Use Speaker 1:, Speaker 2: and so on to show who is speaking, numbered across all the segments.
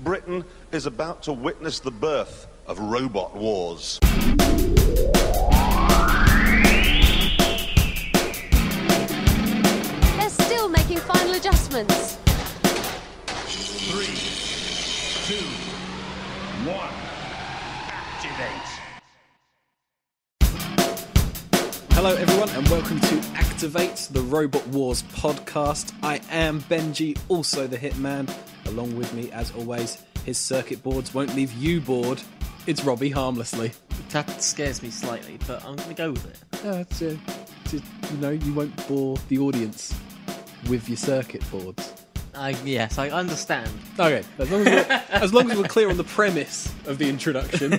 Speaker 1: Britain is about to witness the birth of robot wars.
Speaker 2: They're still making final adjustments.
Speaker 3: Three, two, one. Activate.
Speaker 4: Hello, everyone, and welcome to Activate the Robot Wars podcast. I am Benji, also the Hitman. Along with me, as always, his circuit boards won't leave you bored. It's Robbie harmlessly.
Speaker 5: That scares me slightly, but I'm gonna go with it.
Speaker 4: That's uh, just, you know, you won't bore the audience with your circuit boards.
Speaker 5: I yes, I understand.
Speaker 4: Okay, as long as we're, as long as we're clear on the premise of the introduction,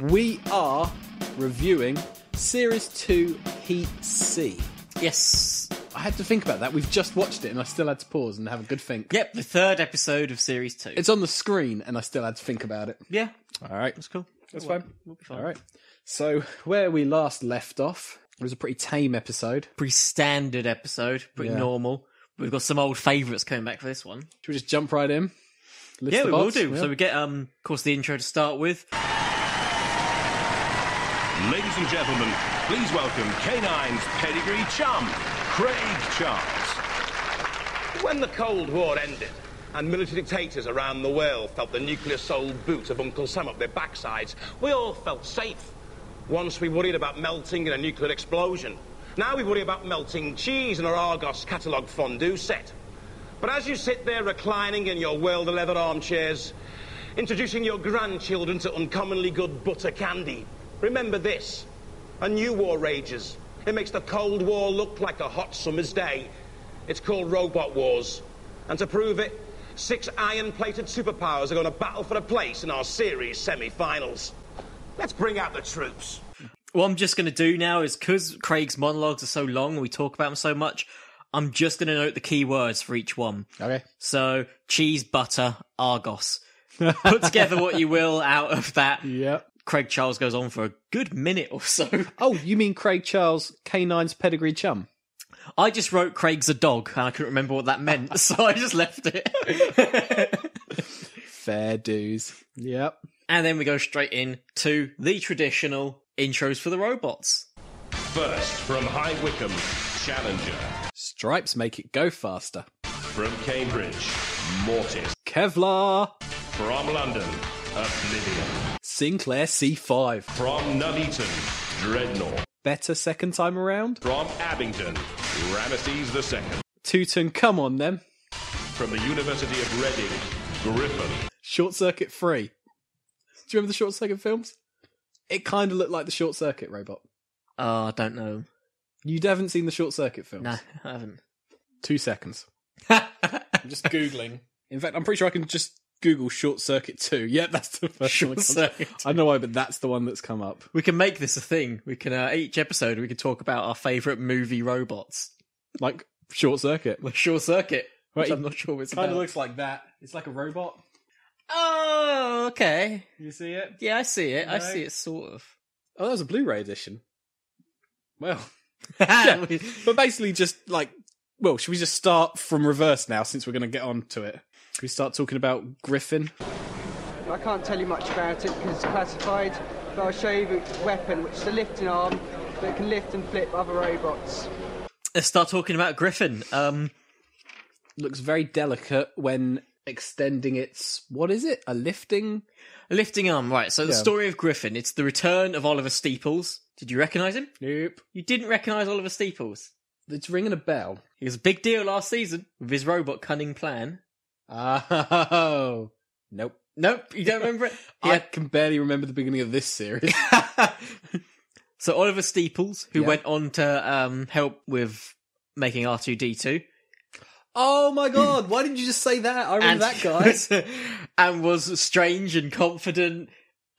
Speaker 4: we are reviewing Series 2 Heat C.
Speaker 5: Yes.
Speaker 4: I had to think about that. We've just watched it and I still had to pause and have a good think.
Speaker 5: Yep, the third episode of series two.
Speaker 4: It's on the screen and I still had to think about it.
Speaker 5: yeah,
Speaker 4: All right.
Speaker 5: that's cool.
Speaker 4: That's
Speaker 5: We'll-
Speaker 4: fine.
Speaker 5: We'll be fine.
Speaker 4: All right. So, where we last left off, it was a pretty tame episode.
Speaker 5: Pretty standard episode, pretty
Speaker 4: Yeah.
Speaker 5: normal. We've got some old favourites coming back for this one.
Speaker 4: Should we just jump right in? List
Speaker 5: yeah,
Speaker 4: the
Speaker 5: we will
Speaker 4: bots?
Speaker 5: do.
Speaker 4: Yeah.
Speaker 5: So we get um of course the intro to start with.
Speaker 3: Ladies and gentlemen, please welcome K9's pedigree chum, Craig Charles.
Speaker 6: When the Cold War ended and military dictators around the world felt the nuclear soled boot of Uncle Sam up their backsides, we all felt safe. Once we worried about melting in a nuclear explosion. Now we worry about melting cheese in our Argos catalogue fondue set. But as you sit there reclining in your world of leather armchairs, introducing your grandchildren to uncommonly good butter candy, remember this. A new war rages. It makes the Cold War look like a hot summer's day. It's called Robot Wars. And to prove it, six iron plated superpowers are going to battle for a place in our series semi finals. Let's bring out the troops.
Speaker 5: What I'm just gonna do now is because Craig's monologues are so long and we talk about them so much, I'm just gonna note the key words for each one.
Speaker 4: Okay.
Speaker 5: So cheese, butter, Argos. Put together what you will out of that.
Speaker 4: Yeah.
Speaker 5: Craig Charles goes on for a good minute or so.
Speaker 4: Oh, you mean Craig Charles, Canine's pedigree chum?
Speaker 5: I just wrote Craig's a dog, and I couldn't remember what that meant, so I just left it.
Speaker 4: Fair dues. Yep.
Speaker 5: and then we go straight in to the traditional intros for the robots.
Speaker 3: First, from High Wycombe, Challenger.
Speaker 4: Stripes make it go faster.
Speaker 3: From Cambridge, Mortis.
Speaker 4: Kevlar,
Speaker 3: From London, Oblivion.
Speaker 4: Sinclair C5.
Speaker 3: From Nuneaton, Dreadnought.
Speaker 4: Better second time around.
Speaker 3: From Abingdon, Ramesses II.
Speaker 4: Teuton, come on then.
Speaker 3: From the University of Reading, Griffin.
Speaker 4: Short Circuit 3. Do you remember the Short Circuit films? It kind of looked like the Short Circuit robot.
Speaker 5: Oh, I don't know.
Speaker 4: You haven't seen the Short Circuit films?
Speaker 5: No, I haven't.
Speaker 4: Two seconds. I'm just Googling. In fact, I'm pretty sure I can just Google Short Circuit 2. Yep, that's the first one. that
Speaker 5: Short
Speaker 4: comes-
Speaker 5: Circuit
Speaker 4: I don't know why, but that's the one that's come up.
Speaker 5: We can make this a thing. We can uh, each episode we can talk about our favourite movie robots.
Speaker 4: Like, Short Circuit.
Speaker 5: Like Short Circuit, which
Speaker 4: Right,
Speaker 5: I'm not sure what it's
Speaker 4: Kind
Speaker 5: about.
Speaker 4: of looks like that. It's like a robot.
Speaker 5: Oh, okay.
Speaker 4: You see it?
Speaker 5: Yeah, I see it. I
Speaker 4: No.
Speaker 5: see it sort of.
Speaker 4: Oh, that was a Blu-ray edition. Well,
Speaker 5: yeah.
Speaker 4: but basically just like, well, should we just start from reverse now since we're going to get on to it? Should we start talking about Griffin?
Speaker 7: I can't tell you much about it because it's classified, but I'll show you the weapon, which is a lifting arm that can lift and flip other robots.
Speaker 5: Let's start talking about Griffin. Um,
Speaker 4: Looks very delicate when extending its, what is it? A lifting?
Speaker 5: Lifting arm, right. So the
Speaker 4: Yeah.
Speaker 5: story of Griffin, it's the return of Oliver Steeples. Did you recognise him?
Speaker 4: Nope.
Speaker 5: You didn't recognise Oliver Steeples.
Speaker 4: It's ringing a bell.
Speaker 5: He was a big deal last season with his robot cunning plan.
Speaker 4: Oh, nope.
Speaker 5: Nope, you don't remember it?
Speaker 4: I
Speaker 5: Yeah.
Speaker 4: can barely remember the beginning of this series.
Speaker 5: so Oliver Steeples, who
Speaker 4: Yeah.
Speaker 5: went on to um, help with making R2D2.
Speaker 4: oh my god, why didn't you just say that? I remember that guy.
Speaker 5: and was strange and confident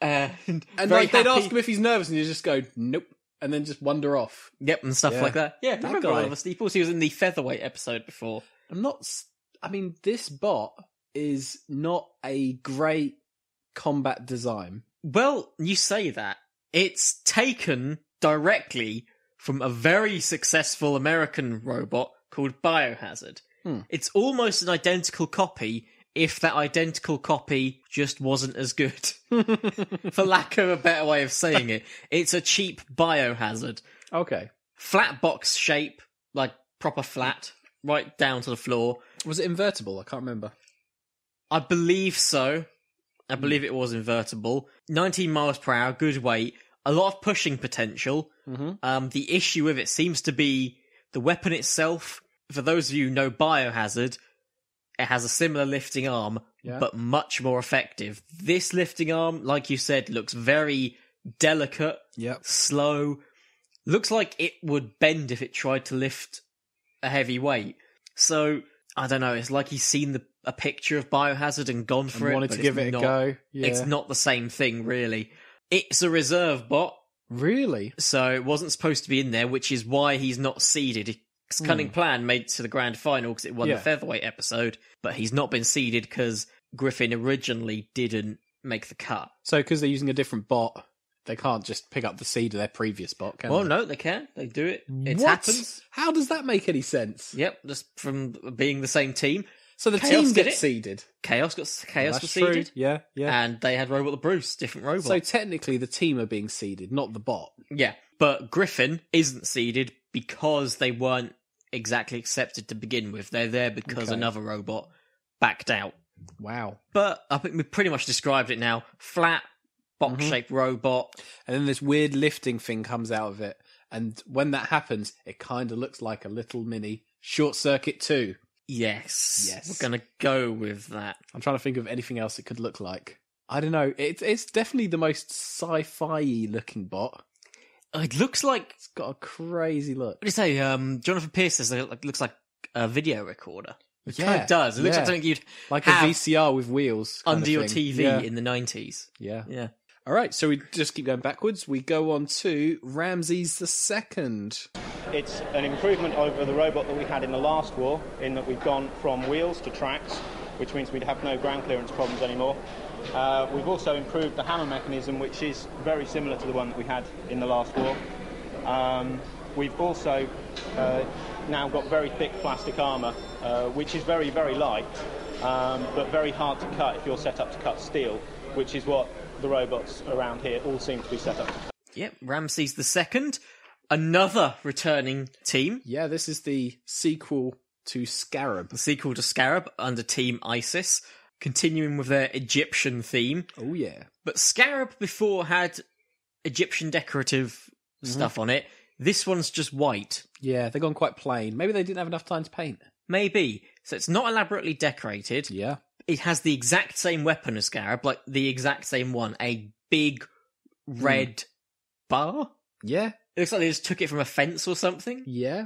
Speaker 5: and,
Speaker 4: And
Speaker 5: very
Speaker 4: like, they'd
Speaker 5: happy.
Speaker 4: ask him if he's nervous, and you just go, nope, and then just wander off.
Speaker 5: Yep, and stuff
Speaker 4: Yeah.
Speaker 5: like that. Yeah, I
Speaker 4: That
Speaker 5: remember
Speaker 4: guy.
Speaker 5: Oliver Steeples? He was in the featherweight episode before.
Speaker 4: I'm not. s- I mean, this bot is not a great combat design.
Speaker 5: Well, you say that. It's taken directly from a very successful American robot called Biohazard. It's almost an identical copy if that identical copy just wasn't as good, for lack of a better way of saying it. It's a cheap biohazard.
Speaker 4: Okay.
Speaker 5: Flat box shape, like proper flat, right down to the floor.
Speaker 4: Was it invertible? I can't remember.
Speaker 5: I believe so. I believe it was invertible. 19 miles per hour, good weight, a lot of pushing potential. Um, the issue with it seems to be the weapon itself. For those of you who know Biohazard, it has a similar lifting arm,
Speaker 4: Yeah.
Speaker 5: but much more effective. This lifting arm, like you said, looks very delicate,
Speaker 4: Yep.
Speaker 5: slow. Looks like it would bend if it tried to lift a heavy weight. So I don't know. It's like he's seen the, a picture of Biohazard and gone for it.
Speaker 4: wanted
Speaker 5: but
Speaker 4: to give
Speaker 5: it's
Speaker 4: it a
Speaker 5: not-
Speaker 4: go. Yeah.
Speaker 5: It's not the same thing, really. It's a reserve bot,
Speaker 4: Really?
Speaker 5: so it wasn't supposed to be in there, which is why he's not seeded. His cunning plan made it to the grand final because it won
Speaker 4: Hmm. Yeah.
Speaker 5: the featherweight episode, but he's not been seeded because Griffin originally didn't make the cut.
Speaker 4: So because they're using a different bot, they can't just pick up the seed of their previous bot, can
Speaker 5: Well,
Speaker 4: they?
Speaker 5: no, they can. They do it. It
Speaker 4: what?
Speaker 5: happens.
Speaker 4: How does that make any sense?
Speaker 5: Yep, just from being the same team.
Speaker 4: So the
Speaker 5: Chaos
Speaker 4: team
Speaker 5: did
Speaker 4: gets
Speaker 5: it.
Speaker 4: seeded.
Speaker 5: Chaos got chaos
Speaker 4: That's
Speaker 5: was
Speaker 4: true.
Speaker 5: seeded, Uh,
Speaker 4: Yeah, yeah.
Speaker 5: and they had Robot the Bruce, different robot.
Speaker 4: so technically, the team are being seeded, not the bot.
Speaker 5: Yeah, but Griffin isn't seeded because they weren't exactly accepted to begin with. They're there because
Speaker 4: Okay.
Speaker 5: another robot backed out.
Speaker 4: Wow.
Speaker 5: But I think we pretty much described it now. Flat, box
Speaker 4: Mm-hmm.
Speaker 5: shaped robot.
Speaker 4: And then this weird lifting thing comes out of it, and when that happens, it kind of looks like a little mini short circuit too.
Speaker 5: Yes.
Speaker 4: Yes.
Speaker 5: We're going to go with that.
Speaker 4: I'm trying to think of anything else it could look like. I don't know. It's it's definitely the most sci-fi looking bot.
Speaker 5: It looks like,
Speaker 4: It's got a crazy look.
Speaker 5: what do you say? Um, Jonathan Pierce says it look- looks like a video recorder. It kind
Speaker 4: Yeah,
Speaker 5: of does. It looks
Speaker 4: yeah.
Speaker 5: like something you'd
Speaker 4: Like a
Speaker 5: have
Speaker 4: VCR with wheels kind
Speaker 5: under
Speaker 4: of
Speaker 5: your
Speaker 4: thing.
Speaker 5: TV
Speaker 4: Yeah.
Speaker 5: in the 90s.
Speaker 4: yeah.
Speaker 5: Yeah.
Speaker 4: All right. So we just keep going backwards. We go on to Ramses the Second.
Speaker 8: It's an improvement over the robot that we had in the last war, in that we've gone from wheels to tracks, which means we'd have no ground clearance problems anymore. Uh, we've also improved the hammer mechanism, which is very similar to the one that we had in the last war. Um, we've also uh, now got very thick plastic armour, uh, which is very, very light, um, but very hard to cut if you're set up to cut steel, which is what the robots around here all seem to be set up to cut.
Speaker 5: Yep. Ramses the second. Another returning team.
Speaker 4: Yeah, this is the sequel to Scarab.
Speaker 5: the sequel to Scarab under Team Isis, continuing with their Egyptian theme.
Speaker 4: Oh yeah.
Speaker 5: But Scarab before had Egyptian decorative
Speaker 4: Mm-hmm.
Speaker 5: stuff on it. This one's just white,
Speaker 4: Yeah, they've gone quite plain. Maybe they didn't have enough time to paint.
Speaker 5: maybe. So it's not elaborately decorated.
Speaker 4: Yeah.
Speaker 5: It has the exact same weapon as Scarab, like the exact same one, a big
Speaker 4: Hmm.
Speaker 5: red bar.
Speaker 4: Yeah.
Speaker 5: It looks like they just took it from a fence or something.
Speaker 4: Yeah.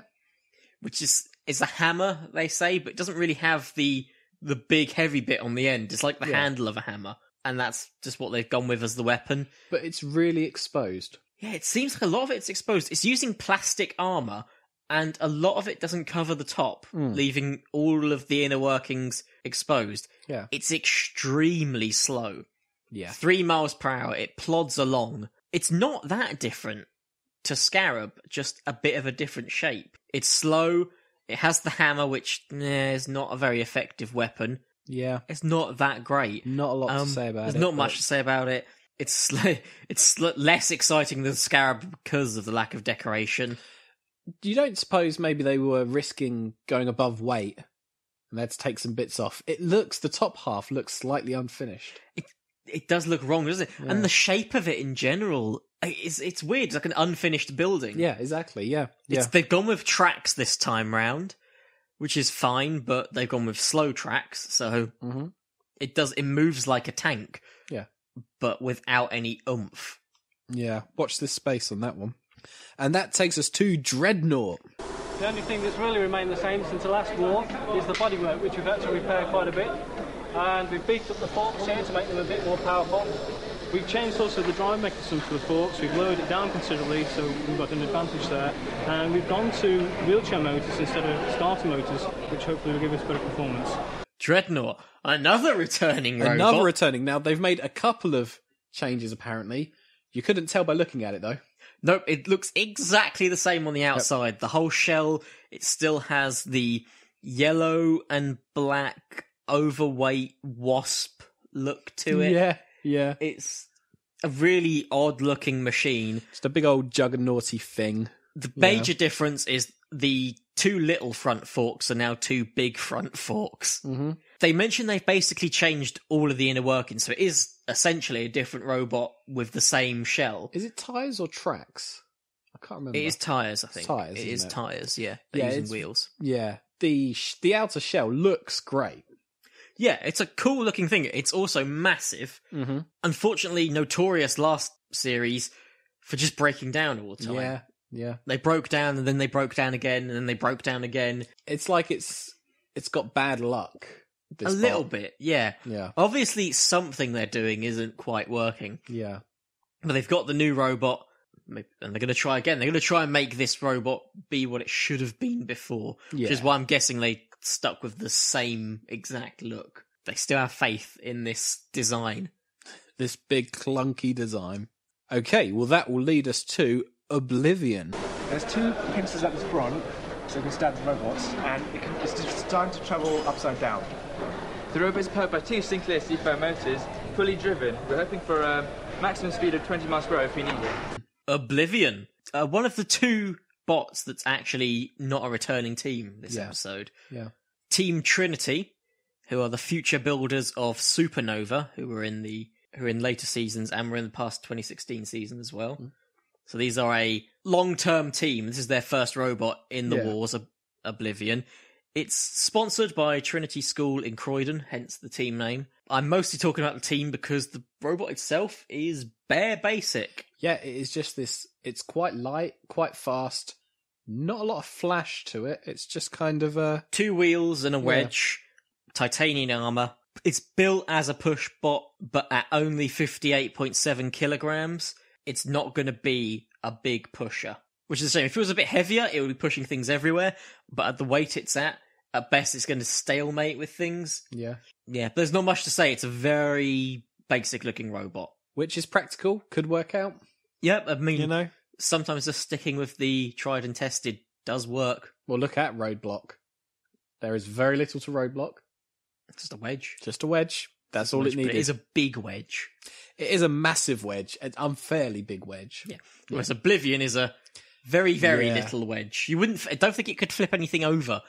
Speaker 5: which is is a hammer they say, but it doesn't really have the the big heavy bit on the end. It's like the handle of a hammer, and that's just what they've gone with as the weapon.
Speaker 4: But it's really exposed.
Speaker 5: Yeah, it seems like a lot of it's exposed. It's using plastic armor, and a lot of it doesn't cover the top, leaving all of the inner workings exposed.
Speaker 4: Yeah.
Speaker 5: It's extremely slow.
Speaker 4: Yeah.
Speaker 5: Three miles per hour, it plods along. It's not that different to Scarab, just a bit of a different shape. It's slow, it has the hammer, which nah, is not a very effective weapon.
Speaker 4: Yeah.
Speaker 5: It's not that great.
Speaker 4: Not a lot
Speaker 5: Um,
Speaker 4: to say about
Speaker 5: there's
Speaker 4: it.
Speaker 5: not
Speaker 4: but-
Speaker 5: much to say about it. It's sl- it's sl- less exciting than Scarab because of the lack of decoration.
Speaker 4: You don't suppose maybe they were risking going above weight and they had to take some bits off. It looks the top half looks slightly unfinished.
Speaker 5: It does look wrong, doesn't it? And the shape of it in general, i- it's it's weird. It's like an unfinished building.
Speaker 4: Yeah, exactly. Yeah. Yeah.
Speaker 5: It's, they've gone with tracks this time round, which is fine, but they've gone with slow tracks, so
Speaker 4: Mhm.
Speaker 5: it does it moves like a tank.
Speaker 4: Yeah.
Speaker 5: But without any oomph.
Speaker 4: yeah. Watch this space on that one. And that takes us to Dreadnought.
Speaker 9: The only thing that's really remained the same since the last war is the bodywork, which we've had to repair quite a bit. And we've beefed up the forks here to make them a bit more powerful. We've changed also the drive mechanism for the forks, we've lowered it down considerably, so we've got an advantage there. And we've gone to wheelchair motors instead of starter motors, which hopefully will give us better performance.
Speaker 5: Dreadnought, another returning robot.
Speaker 4: Another returning. Now they've made a couple of changes apparently. You couldn't tell by looking at it though.
Speaker 5: Nope, it looks exactly the same on the outside. The whole shell, it still has the yellow and black overweight wasp look to it.
Speaker 4: Yeah, yeah.
Speaker 5: It's a really odd looking machine.
Speaker 4: It's the big old juggernauty thing.
Speaker 5: The major difference is the two little front forks are now two big front forks. Mm-hmm. They mention they've basically changed all of the inner workings, so it is essentially a different robot with the same shell.
Speaker 4: Is it tires or tracks? I can't remember.
Speaker 5: It is tires, I think.
Speaker 4: tires,
Speaker 5: it
Speaker 4: isn't
Speaker 5: is
Speaker 4: it?
Speaker 5: tires. Yeah, they're
Speaker 4: Yeah,
Speaker 5: using
Speaker 4: it's-
Speaker 5: wheels.
Speaker 4: yeah. The sh- the outer shell looks great.
Speaker 5: Yeah, it's a cool looking thing. It's also massive. Mm-hmm. Unfortunately, notorious last series for just breaking down all the time.
Speaker 4: Yeah, yeah.
Speaker 5: They broke down and then they broke down again and then they broke down again.
Speaker 4: It's like it's it's got bad luck. This
Speaker 5: a little
Speaker 4: part.
Speaker 5: bit, yeah.
Speaker 4: Yeah.
Speaker 5: Obviously, something they're doing isn't quite working.
Speaker 4: Yeah.
Speaker 5: But they've got the new robot and they're going to try again. They're going to try and make this robot be what it should have been before, which is
Speaker 4: Yeah.
Speaker 5: why I'm guessing they stuck with the same exact look. They still have faith in this design.
Speaker 4: This big clunky design. Okay, well that will lead us to Oblivion.
Speaker 10: There's two pincers at the front, so you can stab the robots, and it can, it's designed to travel upside down.
Speaker 11: The robot is powered by two Sinclair C5 motors, fully driven. We're hoping for a maximum speed of 20 miles per hour if we need it.
Speaker 5: Oblivion. Uh, one of the two bots that's actually not a returning team this
Speaker 4: Yeah.
Speaker 5: episode.
Speaker 4: Yeah.
Speaker 5: Team Trinity, who are the future builders of Supernova, who were in the who are in later seasons and were in the past 2016 season as well. So these are a long-term team. This is their first robot in the
Speaker 4: Yeah.
Speaker 5: wars of Oblivion. It's sponsored by Trinity School in Croydon, hence the team name. I'm mostly talking about the team because the robot itself is bare basic.
Speaker 4: Yeah, it is just this it's quite light, quite fast, not a lot of flash to it. It's just kind of a
Speaker 5: two wheels and a wedge, titanium armor. It's built as a push bot, but at only 58.7 kilograms, it's not going to be a big pusher, which is a shame. If it was a bit heavier, it would be pushing things everywhere, but at the weight it's at, at best it's going to stalemate with things.
Speaker 4: yeah.
Speaker 5: Yeah, there's not much to say. It's a very basic looking robot.
Speaker 4: Which is practical, could work out,
Speaker 5: Yep, I mean,
Speaker 4: you know.
Speaker 5: sometimes just sticking with the tried and tested does work.
Speaker 4: Well look at Roadblock. There is very little to Roadblock.
Speaker 5: It's just a wedge.
Speaker 4: Just a wedge. That's all it
Speaker 5: But
Speaker 4: needed.
Speaker 5: it is a big wedge.
Speaker 4: It is a massive wedge, an unfairly big wedge.
Speaker 5: Yeah. Whereas Oblivion is a very, very
Speaker 4: Yeah.
Speaker 5: little wedge. You wouldn't. I don't think it could flip anything over.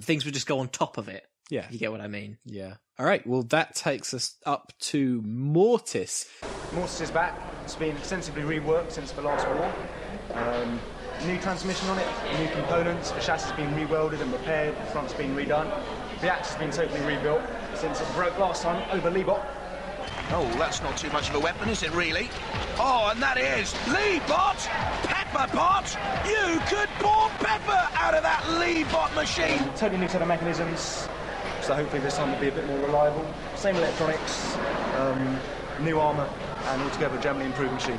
Speaker 5: Things would just go on top of it.
Speaker 4: Hmm. Yeah.
Speaker 5: You get what I mean?
Speaker 4: Yeah. All right. Well, that takes us up to Mortis.
Speaker 10: Mortis is back. It's been extensively reworked since the last war. Um, new transmission on it, new components. The chasssis has been rewelded and repaired. The front's been redone. The axe has been totally rebuilt since it broke last time over Leebot.
Speaker 6: Oh, that's not too much of a weapon, is it really? Oh, and that is Lee Bot! Pepper Bot! You could pour pepper out of that Lee Bot machine!
Speaker 10: Totally new set of mechanisms. So hopefully this time will be a bit more reliable. Same electronics, um, new armour, and altogether a generally improved machine.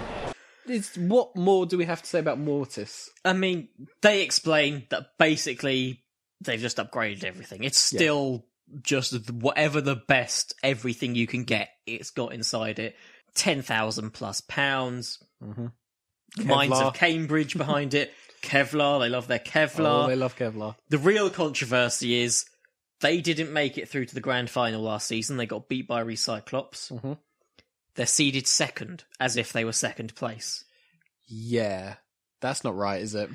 Speaker 4: It's, what more do we have to say about Mortis?
Speaker 5: I mean, they explain that basically they've just upgraded everything. It's still just whatever the best everything you can get. It's got inside it ten thousand plus pounds. Mm-hmm. Mines
Speaker 4: Kevlar.
Speaker 5: of Cambridge behind it. Kevlar. They love their Kevlar.
Speaker 4: Oh, they love Kevlar.
Speaker 5: The real controversy is they didn't make it through to the grand final last season. They got beat by Recyclops. They're seeded second, as if they were second place.
Speaker 4: Yeah. That's not right, is it?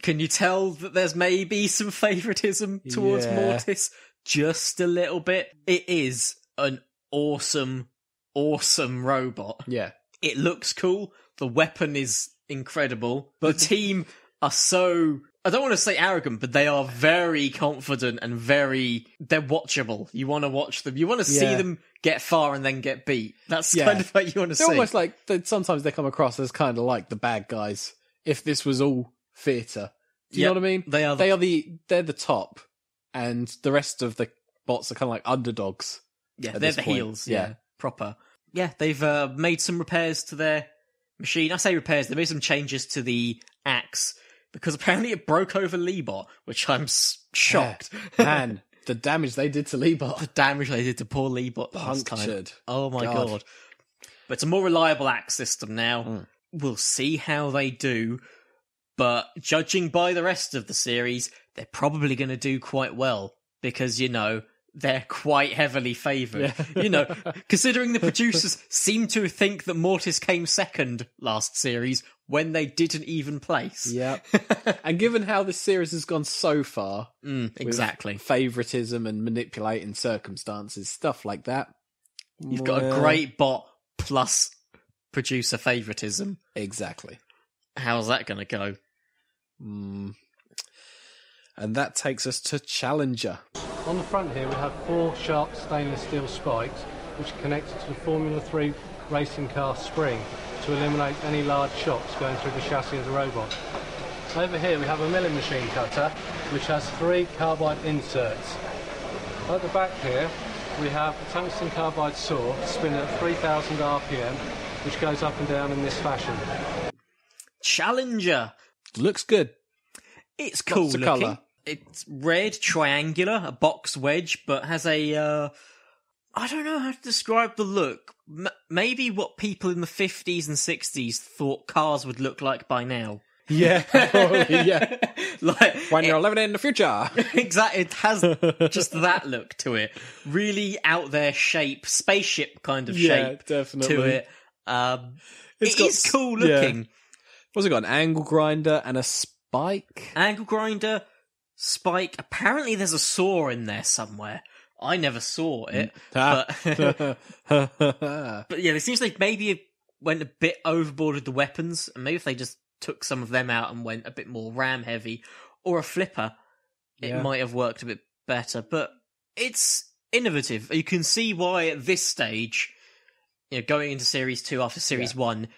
Speaker 5: Can you tell that there's maybe some favouritism towards
Speaker 4: Yeah.
Speaker 5: Mortis? Just a little bit. It is an awesome, awesome robot.
Speaker 4: Yeah.
Speaker 5: It looks cool. The weapon is incredible. The team are so. I don't want to say arrogant, but they are very confident and very. They're watchable. You want to watch them. You want to see
Speaker 4: Yeah.
Speaker 5: them get far and then get beat. That's
Speaker 4: Yeah.
Speaker 5: kind of what you want to
Speaker 4: They're
Speaker 5: see.
Speaker 4: almost like they, sometimes they come across as kind of like the bad guys. If this was all theatre, do you
Speaker 5: Yeah,
Speaker 4: know what I mean?
Speaker 5: they are the-
Speaker 4: They are the. They're the top, and the rest of the bots are kind of like underdogs.
Speaker 5: yeah,
Speaker 4: at
Speaker 5: they're
Speaker 4: this
Speaker 5: the
Speaker 4: point.
Speaker 5: heels. Yeah.
Speaker 4: Yeah.
Speaker 5: proper. Yeah, they've uh, made some repairs to their machine. I say repairs. They made some changes to the axe because apparently it broke over Leebot, which I'm s- shocked.
Speaker 4: Man, the damage they did to Leebot.
Speaker 5: the damage they did to poor Leebot last time.
Speaker 4: Punctured.
Speaker 5: Oh my god.
Speaker 4: God. Hmm.
Speaker 5: But it's a more reliable axe system now. We'll see how they do. But judging by the rest of the series, they're probably going to do quite well because, you know, they're quite heavily favoured. You know, considering the producers seem to think that Mortis came second last series when they didn't even place.
Speaker 4: Yep. and given how this series has gone so far, with
Speaker 5: exactly.
Speaker 4: favoritism and manipulating circumstances, stuff like that.
Speaker 5: You've got a
Speaker 4: well,
Speaker 5: great bot plus producer favouritism.
Speaker 4: exactly,
Speaker 5: How's that going to go?
Speaker 4: and that takes us to Challenger.
Speaker 9: On the front here, we have four sharp stainless steel spikes which are connected to the Formula 3 racing car spring to eliminate any large shocks going through the chassis of the robot. Over here, we have a milling machine cutter which has three carbide inserts. At the back here, we have a tungsten carbide saw spinning at 3000 RPM which goes up and down in this fashion.
Speaker 5: Challenger.
Speaker 4: Looks good.
Speaker 5: It's cool
Speaker 4: of
Speaker 5: looking.
Speaker 4: colour.
Speaker 5: It's red, triangular, a box wedge, but has a. Uh, I don't know how to describe the look. M- maybe what people in the fifties and sixties thought cars would look like by now.
Speaker 4: Yeah, probably, Oh, yeah.
Speaker 5: Like
Speaker 4: When
Speaker 5: it-
Speaker 4: you're living in the future,
Speaker 5: exactly, it has just that look to it. Really out there shape, spaceship kind of
Speaker 4: Yeah,
Speaker 5: shape to
Speaker 4: definitely.
Speaker 5: it. Um,
Speaker 4: It's
Speaker 5: it's
Speaker 4: got s-
Speaker 5: cool
Speaker 4: yeah.
Speaker 5: looking.
Speaker 4: what's it got? An angle grinder and a spike.
Speaker 5: Angle grinder, spike. Apparently, there's a saw in there somewhere. I never saw it,
Speaker 4: Uh,
Speaker 5: Ah. but
Speaker 4: yeah,
Speaker 5: but yeah, it seems like maybe went a bit overboard with the weapons, and maybe if they just took some of them out and went a bit more ram heavy or a flipper, it
Speaker 4: Yeah.
Speaker 5: might have worked a bit better. But it's innovative. You can see why at this stage, you know, going into series two after series one,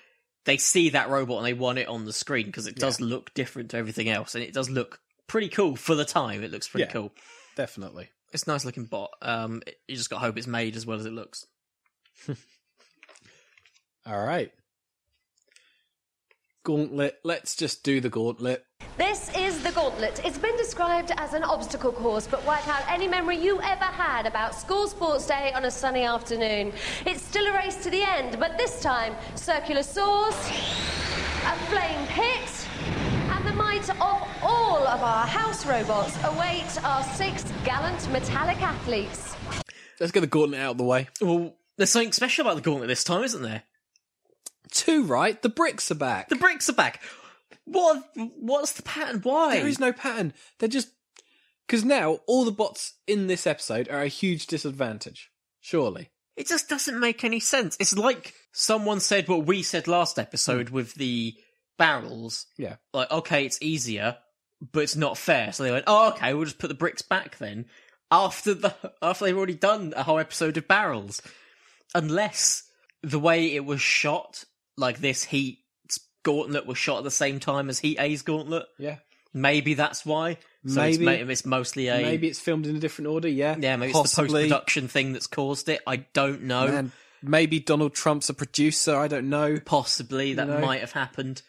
Speaker 5: they see that robot and they want it on the screen because it does look different to everything else, and it does look pretty cool for the time. It looks pretty
Speaker 4: Yeah.
Speaker 5: cool.
Speaker 4: definitely.
Speaker 5: It's a nice looking bot. Um, it- you just got to hope it's made as well as it looks.
Speaker 4: All right. Gauntlet. Let's just do the gauntlet.
Speaker 2: This is the gauntlet. It's been described as an obstacle course, but wipe out any memory you ever had about school sports day on a sunny afternoon. It's still a race to the end, but this time, circular saws, a flame pit, and the might of all of our house robots await our six gallant metallic athletes.
Speaker 4: Let's get the gauntlet out of the way.
Speaker 5: Well, there's something special about the gauntlet this time, isn't there?
Speaker 4: Two right. The bricks are back.
Speaker 5: The bricks are back. What? What's the pattern? Why?
Speaker 4: There is no pattern. They're just because now all the bots in this episode are a huge disadvantage. Surely.
Speaker 5: It just doesn't make any sense. It's like someone said what we said last episode with the barrels.
Speaker 4: Yeah.
Speaker 5: Like, okay, it's easier, but it's not fair. So they went, oh, okay, we'll just put the bricks back then. After the after they've already done a whole episode of barrels, unless the way it was shot, like this heat gauntlet was shot at the same time as Heat A's gauntlet.
Speaker 4: Yeah.
Speaker 5: Maybe that's why. So
Speaker 4: Maybe.
Speaker 5: it's, ma- it's mostly a
Speaker 4: Maybe it's filmed in a different order. Yeah.
Speaker 5: yeah, maybe it's the
Speaker 4: Possibly.
Speaker 5: post-production thing that's caused it. I don't know.
Speaker 4: Man, maybe Donald Trump's a producer. I don't know.
Speaker 5: Possibly that
Speaker 4: know?
Speaker 5: might have happened.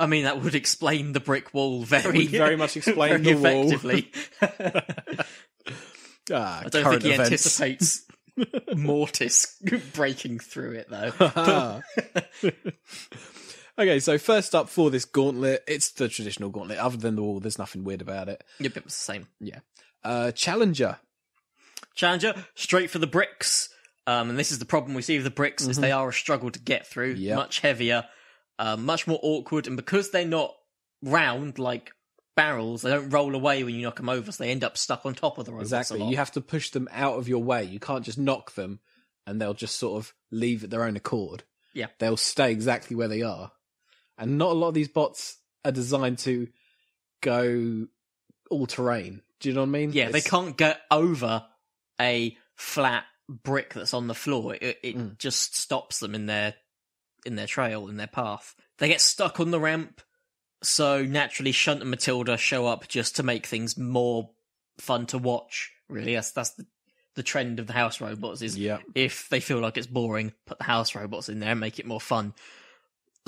Speaker 5: I mean, that would explain the brick wall very,
Speaker 4: would very much explain
Speaker 5: very
Speaker 4: the wall.
Speaker 5: effectively.
Speaker 4: Ah,
Speaker 5: I don't think he anticipates Mortis breaking through it though. But-
Speaker 4: Okay, so first up for this gauntlet, it's the traditional gauntlet. Other than the wall, there's nothing weird about it.
Speaker 5: yep, it was the same.
Speaker 4: Yeah. Uh, Challenger.
Speaker 5: Challenger straight for the bricks. Um, and this is the problem we see with the bricks is they are a struggle to get through.
Speaker 4: Mm-hmm. Yep.
Speaker 5: Much heavier, uh, much more awkward, and because they're not round like barrels, they don't roll away when you knock them over, so they end up stuck on top of the robots. a
Speaker 4: Exactly.
Speaker 5: lot.
Speaker 4: You have to push them out of your way. You can't just knock them and they'll just sort of leave at their own accord.
Speaker 5: Yeah.
Speaker 4: They'll stay exactly where they are. And not a lot of these bots are designed to go all terrain. Do you know what I mean?
Speaker 5: Yeah, they
Speaker 4: It's-
Speaker 5: can't get over a flat brick that's on the floor. It, it
Speaker 4: Hmm.
Speaker 5: just stops them in their in their trail in their path. They get stuck on the ramp, so naturally Shunt and Matilda show up just to make things more fun to watch. Really, that's that's the the trend of the house robots is
Speaker 4: Yeah.
Speaker 5: if they feel like it's boring, put the house robots in there and make it more fun.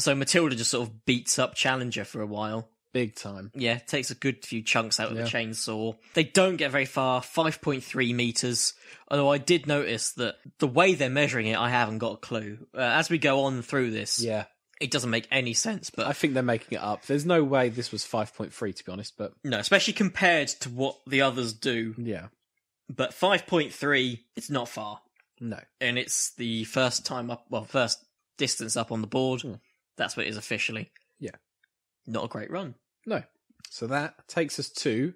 Speaker 5: So Matilda just sort of beats up Challenger for a while.
Speaker 4: Big time.
Speaker 5: Yeah, takes a good few chunks out of the chainsaw. They don't get very far, 5.3 meters. Although I did notice that the way they're measuring it, I haven't got a clue. Uh, as we go on through this,
Speaker 4: Yeah.
Speaker 5: it doesn't make any sense. But
Speaker 4: I think they're making it up. There's no way
Speaker 5: Mm.
Speaker 4: this was 5.3, to be honest, but
Speaker 5: no, especially compared to what the others do,
Speaker 4: yeah.
Speaker 5: But 5.3, it's not far.
Speaker 4: No.
Speaker 5: And it's the first time up, well, first distance up on the board. That's what it is officially.
Speaker 4: Hmm. Yeah.
Speaker 5: Not a great run.
Speaker 4: No. So that takes us to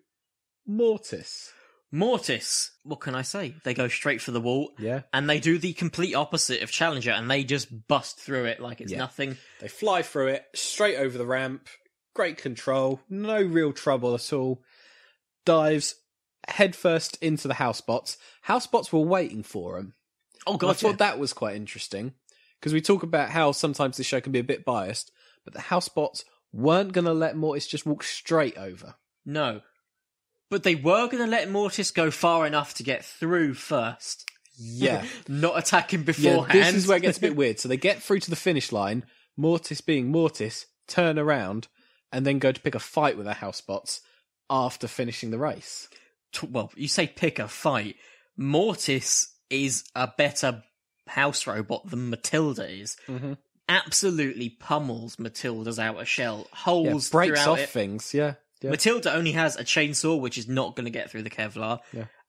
Speaker 4: Mortis.
Speaker 5: Mortis, what can I say? They go straight for the wall.
Speaker 4: Yeah.
Speaker 5: And they do the complete opposite of Challenger and they just bust through it like it's
Speaker 4: Yeah.
Speaker 5: nothing.
Speaker 4: They fly through it, straight over the ramp, great control, no real trouble at all. Dives headfirst into the housebots. Housebots were waiting for him.
Speaker 5: Oh,
Speaker 4: And
Speaker 5: God.
Speaker 4: I thought that was quite interesting because we talk about how sometimes this show can be a bit biased, but the housebots weren't going to let Mortis just walk straight over.
Speaker 5: No. But they were going to let Mortis go far enough to get through first,
Speaker 4: Yeah.
Speaker 5: not attacking
Speaker 4: yeah
Speaker 5: beforehand.
Speaker 4: this is where it gets a bit weird. So they get through to the finish line, Mortis being Mortis, turn around, and then go to pick a fight with the housebots after finishing the race.
Speaker 5: t- well, you say pick a fight. Mortis is a better house robot than Matilda is.
Speaker 4: Mm-hmm.
Speaker 5: Absolutely pummels Matilda's outer shell,
Speaker 4: Yeah,
Speaker 5: holes
Speaker 4: breaks
Speaker 5: throughout
Speaker 4: off
Speaker 5: it.
Speaker 4: things. Yeah. yeah.
Speaker 5: Matilda only has a chainsaw, which is not going to get through the Kevlar.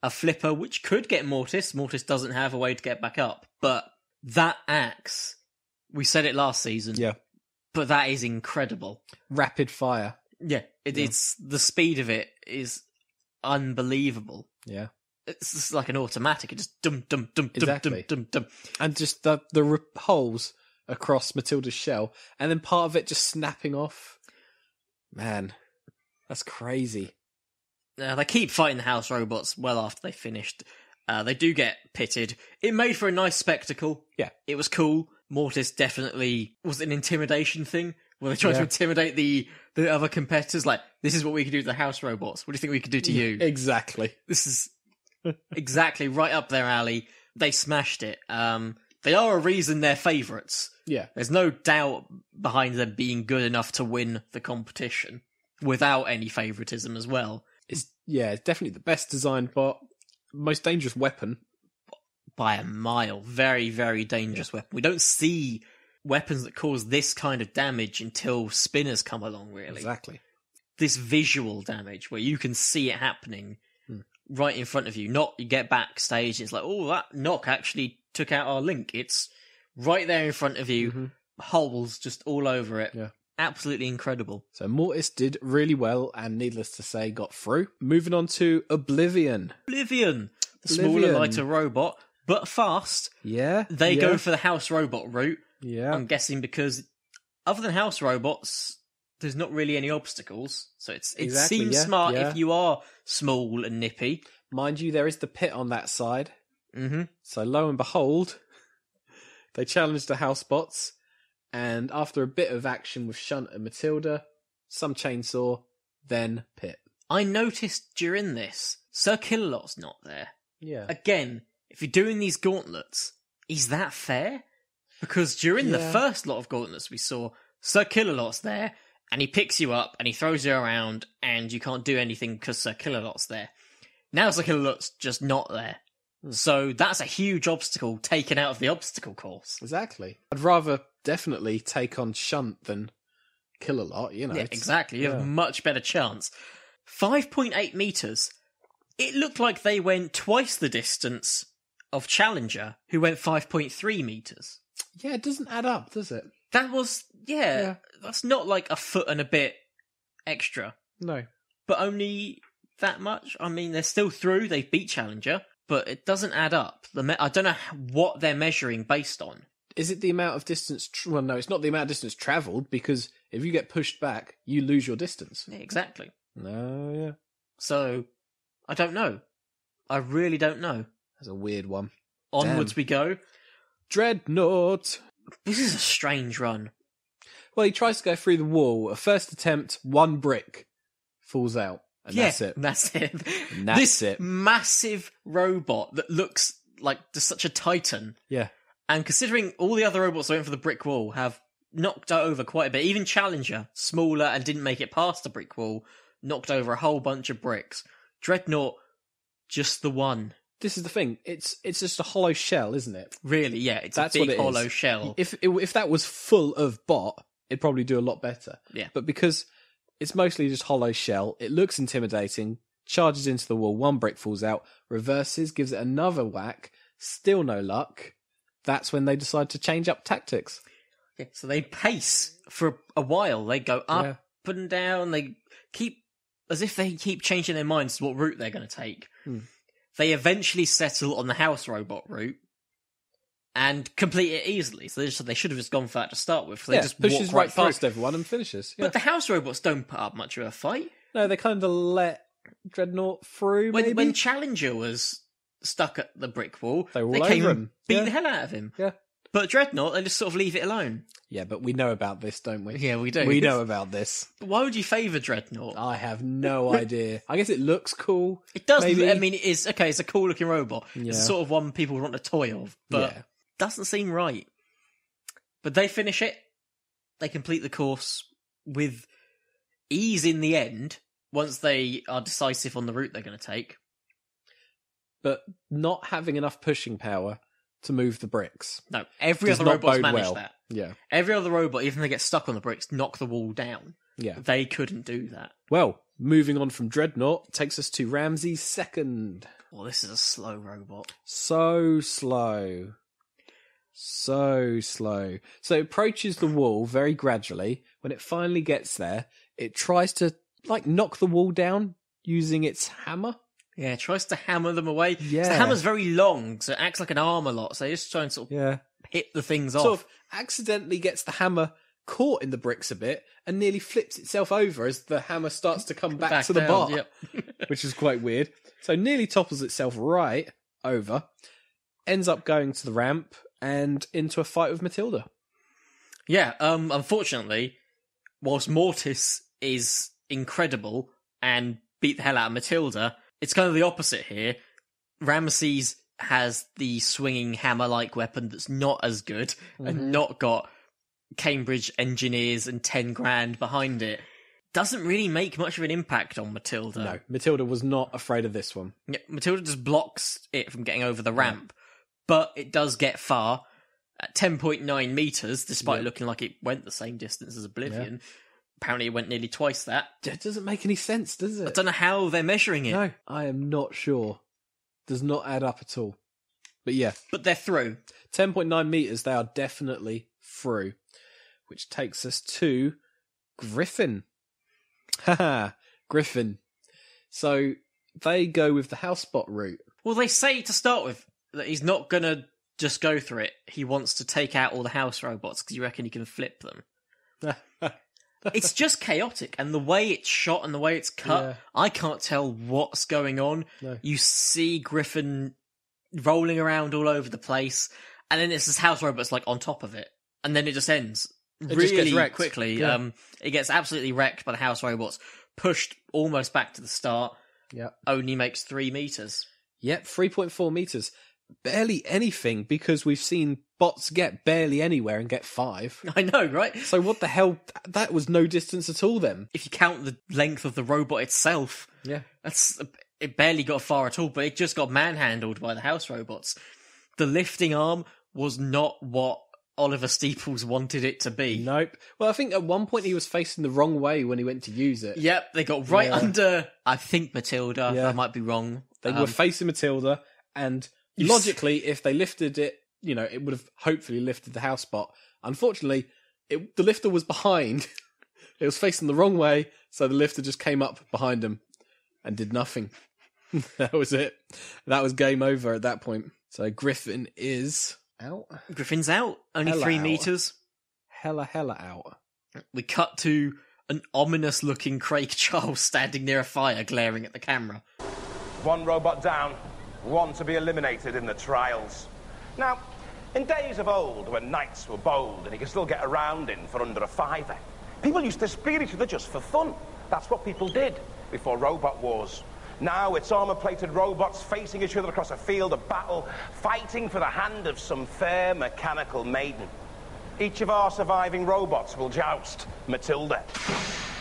Speaker 5: A flipper, which could get Mortis. Mortis doesn't have a way to get back up, but that axe. We said it last season,
Speaker 4: Yeah.
Speaker 5: but that is incredible.
Speaker 4: Rapid fire.
Speaker 5: Yeah, it, it's the speed of it is unbelievable.
Speaker 4: Yeah.
Speaker 5: It's just like an automatic. It just dum dum dum dum dum
Speaker 4: Exactly.
Speaker 5: dum dum.
Speaker 4: And just the, the re- holes across Matilda's shell, and then part of it just snapping off. Man, that's crazy.
Speaker 5: Now Uh, they keep fighting the house robots well after they finished. Uh, they do get pitted. It made for a nice spectacle.
Speaker 4: Yeah.
Speaker 5: it was cool. Mortis definitely was an intimidation thing. Where they tried to
Speaker 4: Yeah.
Speaker 5: intimidate the the other competitors, like this is what we can do to the house robots. What do you think we could do to you?
Speaker 4: Exactly.
Speaker 5: this is exactly right up their alley. They smashed it. Um, they are a reason they're favourites.
Speaker 4: Yeah.
Speaker 5: There's no doubt behind them being good enough to win the competition without any favouritism as well.
Speaker 4: It's yeah, it's definitely the best designed bot, most dangerous weapon.
Speaker 5: By a mile. Very, very dangerous weapon. We don't see weapons that cause this kind of damage until spinners come along, really.
Speaker 4: Exactly.
Speaker 5: This visual damage where you can see it happening
Speaker 4: Hmm.
Speaker 5: right in front of you. Not you get backstage, it's like, oh, that knock actually took out our link. It's right there in front of you, holes just all over it.
Speaker 4: Mm-hmm. Yeah.
Speaker 5: Absolutely incredible.
Speaker 4: So Mortis did really well, and needless to say, got through. Moving on to Oblivion.
Speaker 5: Oblivion, the
Speaker 4: Oblivion.
Speaker 5: smaller, lighter robot, but fast.
Speaker 4: Yeah,
Speaker 5: They
Speaker 4: yeah,
Speaker 5: go for the house robot route.
Speaker 4: yeah,
Speaker 5: I'm guessing because other than house robots, there's not really any obstacles. So it's it
Speaker 4: Exactly,
Speaker 5: seems
Speaker 4: yeah,
Speaker 5: smart
Speaker 4: yeah.
Speaker 5: if you are small and nippy.
Speaker 4: mind you, there is the pit on that side.
Speaker 5: Mhm.
Speaker 4: So lo and behold, they challenged the housebots, and after a bit of action with Shunt and Matilda, some chainsaw, then pit.
Speaker 5: I noticed during this, Sir Killalot's not there.
Speaker 4: Yeah,
Speaker 5: Again, if you're doing these gauntlets, is that fair? Because during the
Speaker 4: Yeah.
Speaker 5: first lot of gauntlets we saw, Sir Killalot's there, and he picks you up and he throws you around, and you can't do anything because Sir Killalot's there. Now Sir Killalot's just not there. So that's a huge obstacle taken out of the obstacle course.
Speaker 4: exactly. I'd rather definitely take on Shunt than kill a lot. You know,
Speaker 5: Yeah,
Speaker 4: it's-
Speaker 5: exactly. You have a much better chance. 5.8 meters. It looked like they went twice the distance of Challenger, who went 5.3 meters.
Speaker 4: Yeah, it doesn't add up, does it?
Speaker 5: That was, yeah,
Speaker 4: Yeah.
Speaker 5: that's not like a foot and a bit extra,
Speaker 4: No.
Speaker 5: but only that much. I mean, they're still through. They beat Challenger, but it doesn't add up. The me- I don't know what they're measuring based on.
Speaker 4: Is it the amount of distance? Tr- well, no, it's not the amount of distance traveled because if you get pushed back, you lose your distance.
Speaker 5: Yeah, exactly.
Speaker 4: No, yeah,
Speaker 5: So, I don't know. I really don't know.
Speaker 4: that's a weird one.
Speaker 5: Onwards
Speaker 4: Damn.
Speaker 5: we go.
Speaker 4: Dreadnought.
Speaker 5: This is a strange run.
Speaker 4: Well, he tries to go through the wall. A first attempt, one brick falls out, and
Speaker 5: Yeah,
Speaker 4: that's it.
Speaker 5: That's it.
Speaker 4: And that's
Speaker 5: this
Speaker 4: it.
Speaker 5: massive robot that looks like just such a titan.
Speaker 4: Yeah,
Speaker 5: And considering all the other robots that went for the brick wall have knocked over quite a bit, even Challenger, smaller and didn't make it past the brick wall, knocked over a whole bunch of bricks. Dreadnought, just the one.
Speaker 4: this is the thing. It's it's just a hollow shell, isn't it?
Speaker 5: Really, yeah, it's
Speaker 4: That's
Speaker 5: a
Speaker 4: what
Speaker 5: big
Speaker 4: it is.
Speaker 5: hollow shell.
Speaker 4: If if that was full of bot, it'd probably do a lot better.
Speaker 5: Yeah.
Speaker 4: but because it's mostly just hollow shell, it looks intimidating. charges into the wall, one brick falls out, reverses, gives it another whack, still no luck. That's when they decide to change up tactics.
Speaker 5: Yeah, so they pace for a while. They go up and down. They keep as if they keep changing their minds to what route they're going to take.
Speaker 4: Hmm.
Speaker 5: They eventually settle on the house robot route and complete it easily. So they, just, they should have just gone for that to start with. So they
Speaker 4: yeah,
Speaker 5: just
Speaker 4: pushes
Speaker 5: walk right,
Speaker 4: right past
Speaker 5: through.
Speaker 4: everyone and finishes. Yeah.
Speaker 5: But the house robots don't put up much of a fight.
Speaker 4: no, they kind of let Dreadnought through.
Speaker 5: When
Speaker 4: maybe?
Speaker 5: when Challenger was stuck at the brick wall,
Speaker 4: They
Speaker 5: they,
Speaker 4: were all
Speaker 5: came
Speaker 4: over
Speaker 5: and
Speaker 4: him.
Speaker 5: beat
Speaker 4: Yeah.
Speaker 5: the hell out of him.
Speaker 4: yeah,
Speaker 5: But Dreadnought, they just sort of leave it alone.
Speaker 4: yeah, but we know about this, don't we?
Speaker 5: Yeah, we do.
Speaker 4: We know about this.
Speaker 5: But why would you favour Dreadnought?
Speaker 4: I have no idea. I guess it looks cool.
Speaker 5: It does.
Speaker 4: Maybe.
Speaker 5: I mean, it's okay. It's a cool looking robot. It's the
Speaker 4: Yeah.
Speaker 5: sort of one people want a toy of, but
Speaker 4: Yeah.
Speaker 5: doesn't seem right. But they finish it. They complete the course with ease in the end. Once they are decisive on the route they're going to take.
Speaker 4: but not having enough pushing power to move the bricks.
Speaker 5: No, every
Speaker 4: does
Speaker 5: other
Speaker 4: not
Speaker 5: robot's
Speaker 4: bode
Speaker 5: managed
Speaker 4: well.
Speaker 5: that.
Speaker 4: Yeah,
Speaker 5: Every other robot, even if they get stuck on the bricks, knock the wall down.
Speaker 4: yeah.
Speaker 5: They couldn't do that.
Speaker 4: Well, moving on from Dreadnought takes us to Ramsey's second.
Speaker 5: Well, this is a slow robot.
Speaker 4: So slow. So slow. So it approaches the wall very gradually. When it finally gets there, it tries to like knock the wall down using its hammer.
Speaker 5: Yeah, tries to hammer them away. 'Cause The
Speaker 4: Yeah.
Speaker 5: hammer's very long, so it acts like an arm a lot. So they just try and sort of
Speaker 4: Yeah.
Speaker 5: hit the things
Speaker 4: Sort
Speaker 5: off.
Speaker 4: of accidentally gets the hammer caught in the bricks a bit and nearly flips itself over as the hammer starts to come back, to the
Speaker 5: down,
Speaker 4: bar.
Speaker 5: yep.
Speaker 4: which is quite weird. So nearly topples itself right over, ends up going to the ramp and into a fight with Matilda.
Speaker 5: Yeah, um, unfortunately, whilst Mortis is incredible and beat the hell out of Matilda, it's kind of the opposite here. Ramses has the swinging hammer like weapon that's not as good
Speaker 4: Mm-hmm.
Speaker 5: and not got Cambridge engineers and 10 grand behind it. Doesn't really make much of an impact on Matilda.
Speaker 4: No, Matilda was not afraid of this one.
Speaker 5: Yeah, Matilda just blocks it from getting over the ramp, but it does get far at 10.9 meters, despite looking like it went the same distance as Oblivion. Apparently, it went nearly twice that.
Speaker 4: It doesn't make any sense, does
Speaker 5: I
Speaker 4: it?
Speaker 5: don't know how they're measuring it,
Speaker 4: No, I am not sure. Does not add up at all. But yeah,
Speaker 5: but they're through.
Speaker 4: 10.9 meters, they are definitely through, which takes us to Griffin. Haha, Griffin. So they go with the house spot route.
Speaker 5: Well, they say to start with that he's not gonna just go through it. He wants to take out all the house robots because you reckon he can flip them. it's just chaotic, and the way it's shot and the way it's cut,
Speaker 4: Yeah.
Speaker 5: I can't tell what's going on.
Speaker 4: No.
Speaker 5: You see Griffin rolling around all over the place, and then it's this house robots like on top of it, and then it just ends
Speaker 4: just
Speaker 5: really
Speaker 4: gets wrecked.
Speaker 5: quickly.
Speaker 4: Yeah.
Speaker 5: Um, it gets absolutely wrecked by the house robots, pushed almost back to the start.
Speaker 4: Yeah.
Speaker 5: only makes three meters.
Speaker 4: Yep, 3.4 meters. Barely anything because we've seen bots get barely anywhere and get five.
Speaker 5: I know, right?
Speaker 4: So what the hell? That was no distance at all then.
Speaker 5: if you count the length of the robot itself,
Speaker 4: Yeah.
Speaker 5: that's it barely got far at all, but it just got manhandled by the house robots. The lifting arm was not what Oliver Steeples wanted it to be.
Speaker 4: Nope. Well, I think at one point he was facing the wrong way when he went to use it.
Speaker 5: Yep, they got right
Speaker 4: Yeah.
Speaker 5: under. I think Matilda.
Speaker 4: Yeah.
Speaker 5: I might be wrong.
Speaker 4: They
Speaker 5: Um,
Speaker 4: were facing Matilda, and
Speaker 5: You
Speaker 4: logically, if they lifted it, you know, it would have hopefully lifted the house spot. Unfortunately, it, the lifter was behind. it was facing the wrong way, so the lifter just came up behind him and did nothing. that was it. That was game over at that point. So Griffin is out.
Speaker 5: Griffin's out, only
Speaker 4: Hell
Speaker 5: three
Speaker 4: out.
Speaker 5: meters.
Speaker 4: Hella, hella out.
Speaker 5: We cut to an ominous-looking Craig Charles standing near a fire, glaring at the camera.
Speaker 6: One robot down, one to be eliminated in the trials. Now, in days of old, when knights were bold and you could still get around in for under a fiver, people used to spear each other just for fun. That's what people did before robot wars. Now it's armor plated robots facing each other across a field of battle, fighting for the hand of some fair mechanical maiden. Each of our surviving robots will joust Matilda.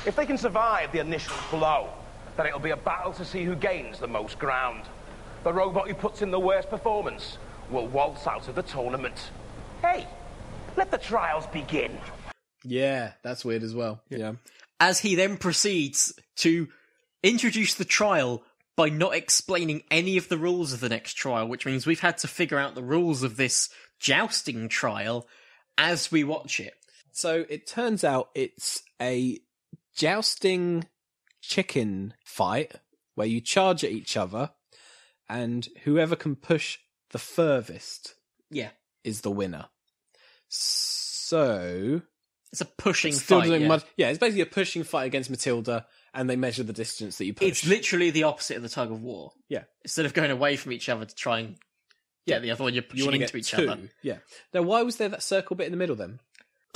Speaker 6: If they can survive the initial blow, then it'll be a battle to see who gains the most ground. The robot who puts in the worst performance will waltz out of the tournament. Hey, let the trials begin.
Speaker 4: Yeah, that's weird as well. Yeah.
Speaker 5: as he then proceeds to introduce the trial by not explaining any of the rules of the next trial, which means we've had to figure out the rules of this jousting trial as we watch it.
Speaker 4: So it turns out it's a jousting chicken fight where you charge at each other, and whoever can push the furthest
Speaker 5: Yeah.
Speaker 4: is the winner. So
Speaker 5: It's a pushing
Speaker 4: still
Speaker 5: fight.
Speaker 4: doing
Speaker 5: yeah.
Speaker 4: mud. Yeah, it's basically a pushing fight against Matilda, and they measure the distance that you push.
Speaker 5: It's literally the opposite of the tug of war.
Speaker 4: yeah,
Speaker 5: Instead of going away from each other to try and get the other one, you're
Speaker 4: you
Speaker 5: pushing
Speaker 4: want to get
Speaker 5: into each
Speaker 4: two.
Speaker 5: other.
Speaker 4: Yeah. Now, why was there that circle bit in the middle then?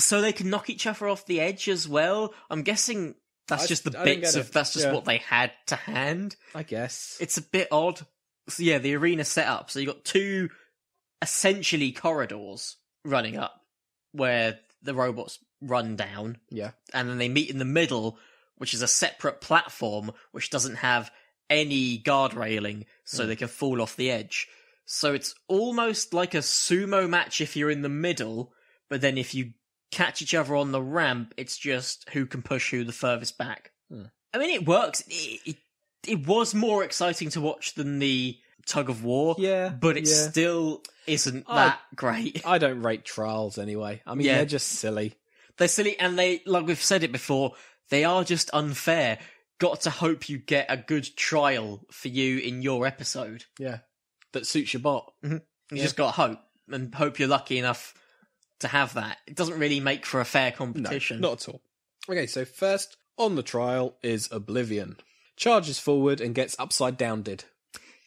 Speaker 5: So they can knock each other off the edge as well. I'm guessing that's
Speaker 4: I-
Speaker 5: just the
Speaker 4: I don't
Speaker 5: bits
Speaker 4: get
Speaker 5: of
Speaker 4: it.
Speaker 5: that's just
Speaker 4: Yeah.
Speaker 5: what they had to hand.
Speaker 4: I guess
Speaker 5: It's a bit odd. So yeah, the arena set up. So you got two essentially corridors running up where the robots run down.
Speaker 4: Yeah.
Speaker 5: and then they meet in the middle, which is a separate platform which doesn't have any guard railing, so
Speaker 4: Hmm.
Speaker 5: they can fall off the edge. So it's almost like a sumo match if you're in the middle, but then if you catch each other on the ramp, it's just who can push who the furthest back.
Speaker 4: Hmm.
Speaker 5: I mean, it works. It, it it was more exciting to watch than the tug of war.
Speaker 4: Yeah,
Speaker 5: but it
Speaker 4: yeah.
Speaker 5: still isn't
Speaker 4: I-
Speaker 5: that great.
Speaker 4: I don't rate trials anyway. I mean,
Speaker 5: Yeah.
Speaker 4: they're just silly.
Speaker 5: They're silly, and they, like we've said it before, they are just unfair. Got to hope you get a good trial for you in your episode.
Speaker 4: Yeah, that suits your bot.
Speaker 5: You just got to hope, and hope you're lucky enough to have that. It doesn't really make for a fair competition.
Speaker 4: Not at all. Okay, so first on the trial is Oblivion. Charges forward and gets upside down. Did